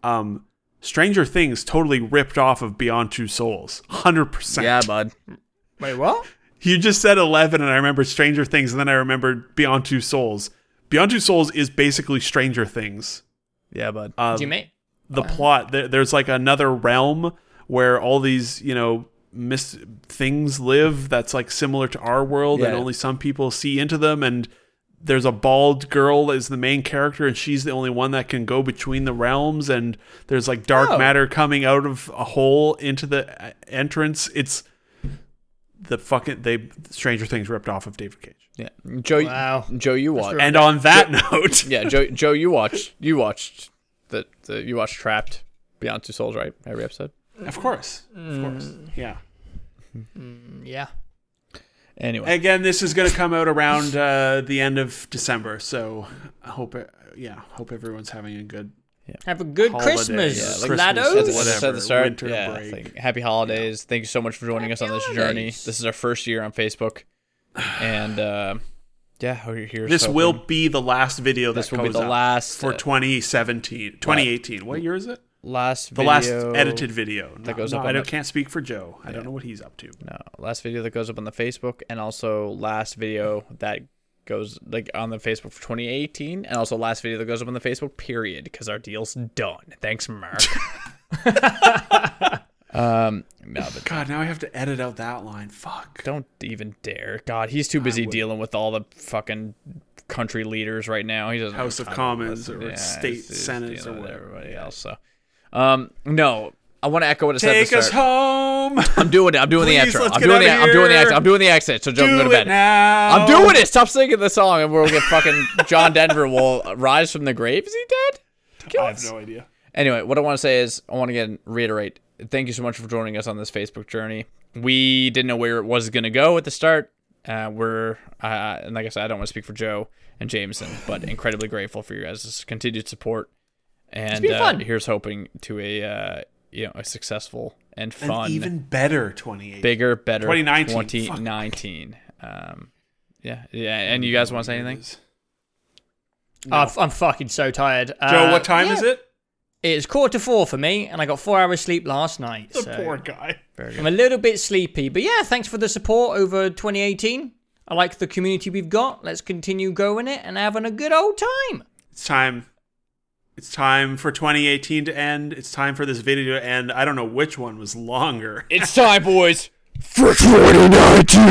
S1: um, Stranger Things totally ripped off of Beyond Two Souls, hundred percent.
S3: yeah, bud.
S2: Wait, what?
S1: You just said 11, and I remembered Stranger Things, and then I remembered Beyond Two Souls. Beyond Two Souls is basically Stranger Things.
S3: Yeah, bud. Uh,
S1: Um,
S2: Do you mean?
S1: the plot, there, there's like another realm where all these, you know, mis- things live that's like similar to our world, and
S3: Yeah.
S1: only some people see into them. And there's a bald girl is the main character, and she's the only one that can go between the realms. And there's like dark
S2: Oh.
S1: matter coming out of a hole into the uh, entrance. It's the fucking they Stranger Things ripped off of David Cage.
S3: Yeah, Joe.
S2: Wow.
S3: Joe, you watch.
S1: And on that note,
S3: Yeah, Joe. Joe, you watched. You watched the, the you watched Trapped, Beyond Two Souls, right? Every episode.
S1: of course, of course,
S3: Mm.
S1: yeah.
S2: Yeah.
S3: Anyway,
S1: Again, this is going to come out around uh, the end of December, so I hope it, yeah, hope everyone's having a good
S2: Have a good
S1: holiday,
S3: yeah,
S2: Christmas,
S1: like
S3: That's
S2: laddos.
S1: Christmas,
S3: what I said at
S1: whatever,
S3: the start.
S1: winter
S3: yeah,
S1: break.
S3: like, happy holidays. Thank you so much for joining us on this journey.
S2: holidays.
S3: This is our first year on Facebook, and uh, yeah, we're here.
S1: This
S3: so-
S1: will be the last video that
S3: This will be
S1: comes
S3: the
S1: up
S3: last
S1: for 2017, 2018. uh, What year is it?
S3: last
S1: The
S3: video,
S1: last edited video. No,
S3: goes
S1: no,
S3: up
S1: I
S3: on
S1: don't,
S3: the-
S1: can't speak for Joe. I don't know what he's up to.
S3: No, last video that goes up on the Facebook, and also last video that goes like on the Facebook for 2018, and also last video that goes up on the Facebook. Period, because our deal's done. Thanks, Mark. um, no, but
S1: God, now I have to edit out that line. Fuck.
S3: don't even dare. God, he's too busy dealing with all the fucking country leaders right now. He doesn't
S1: House
S3: have
S1: of
S3: time to
S1: Commons
S3: listen.
S1: or state
S3: he's- he's
S1: senates
S3: dealing
S1: or
S3: with
S1: whatever.
S3: Everybody else. So, um, no, I want to echo what I said. at
S1: Take
S3: the
S1: us
S3: start.
S1: home.
S3: I'm doing it. I'm doing the
S1: Please,
S3: intro.
S1: let's
S3: I'm
S1: get outta
S3: doing the. I'm doing the
S1: here.
S3: accent. I'm doing the accent. So Joe, go to
S1: Do
S3: bed.
S1: it now.
S2: Um,
S3: I'm doing it. Stop singing the song, and we'll get fucking John Denver will rise from the grave. Is he dead? Kill
S1: I have
S3: us.
S1: no idea.
S3: Anyway, what I want to say is I want to again reiterate thank you so much for joining us on this Facebook journey. We didn't know where it was going to go at the start. Uh, we're, uh, and like I said, I don't want to speak for Joe and Jameson, but incredibly grateful for your guys' continued support. And
S2: been
S3: uh,
S2: fun.
S3: here's hoping to a, uh, you know, a successful
S1: And
S3: and fun,
S1: even better 28.
S3: bigger, better
S1: 2019.
S3: 2019. Um, yeah, yeah. And you guys want to say anything?
S2: Oh, f- I'm fucking so tired.
S1: Joe,
S2: Uh,
S1: what time is
S2: yeah.
S1: it?
S2: It's quarter to four for me, and I got four hours sleep last night.
S1: The
S2: so
S1: poor guy.
S3: Very good.
S2: I'm a little bit sleepy, but yeah, thanks for the support over 2018. I like the community we've got. Let's continue going it and having a good old time.
S1: It's time. It's time for 2018 to end. It's time for this video to end. I don't know which one was longer.
S3: It's time, boys.
S4: for 2019.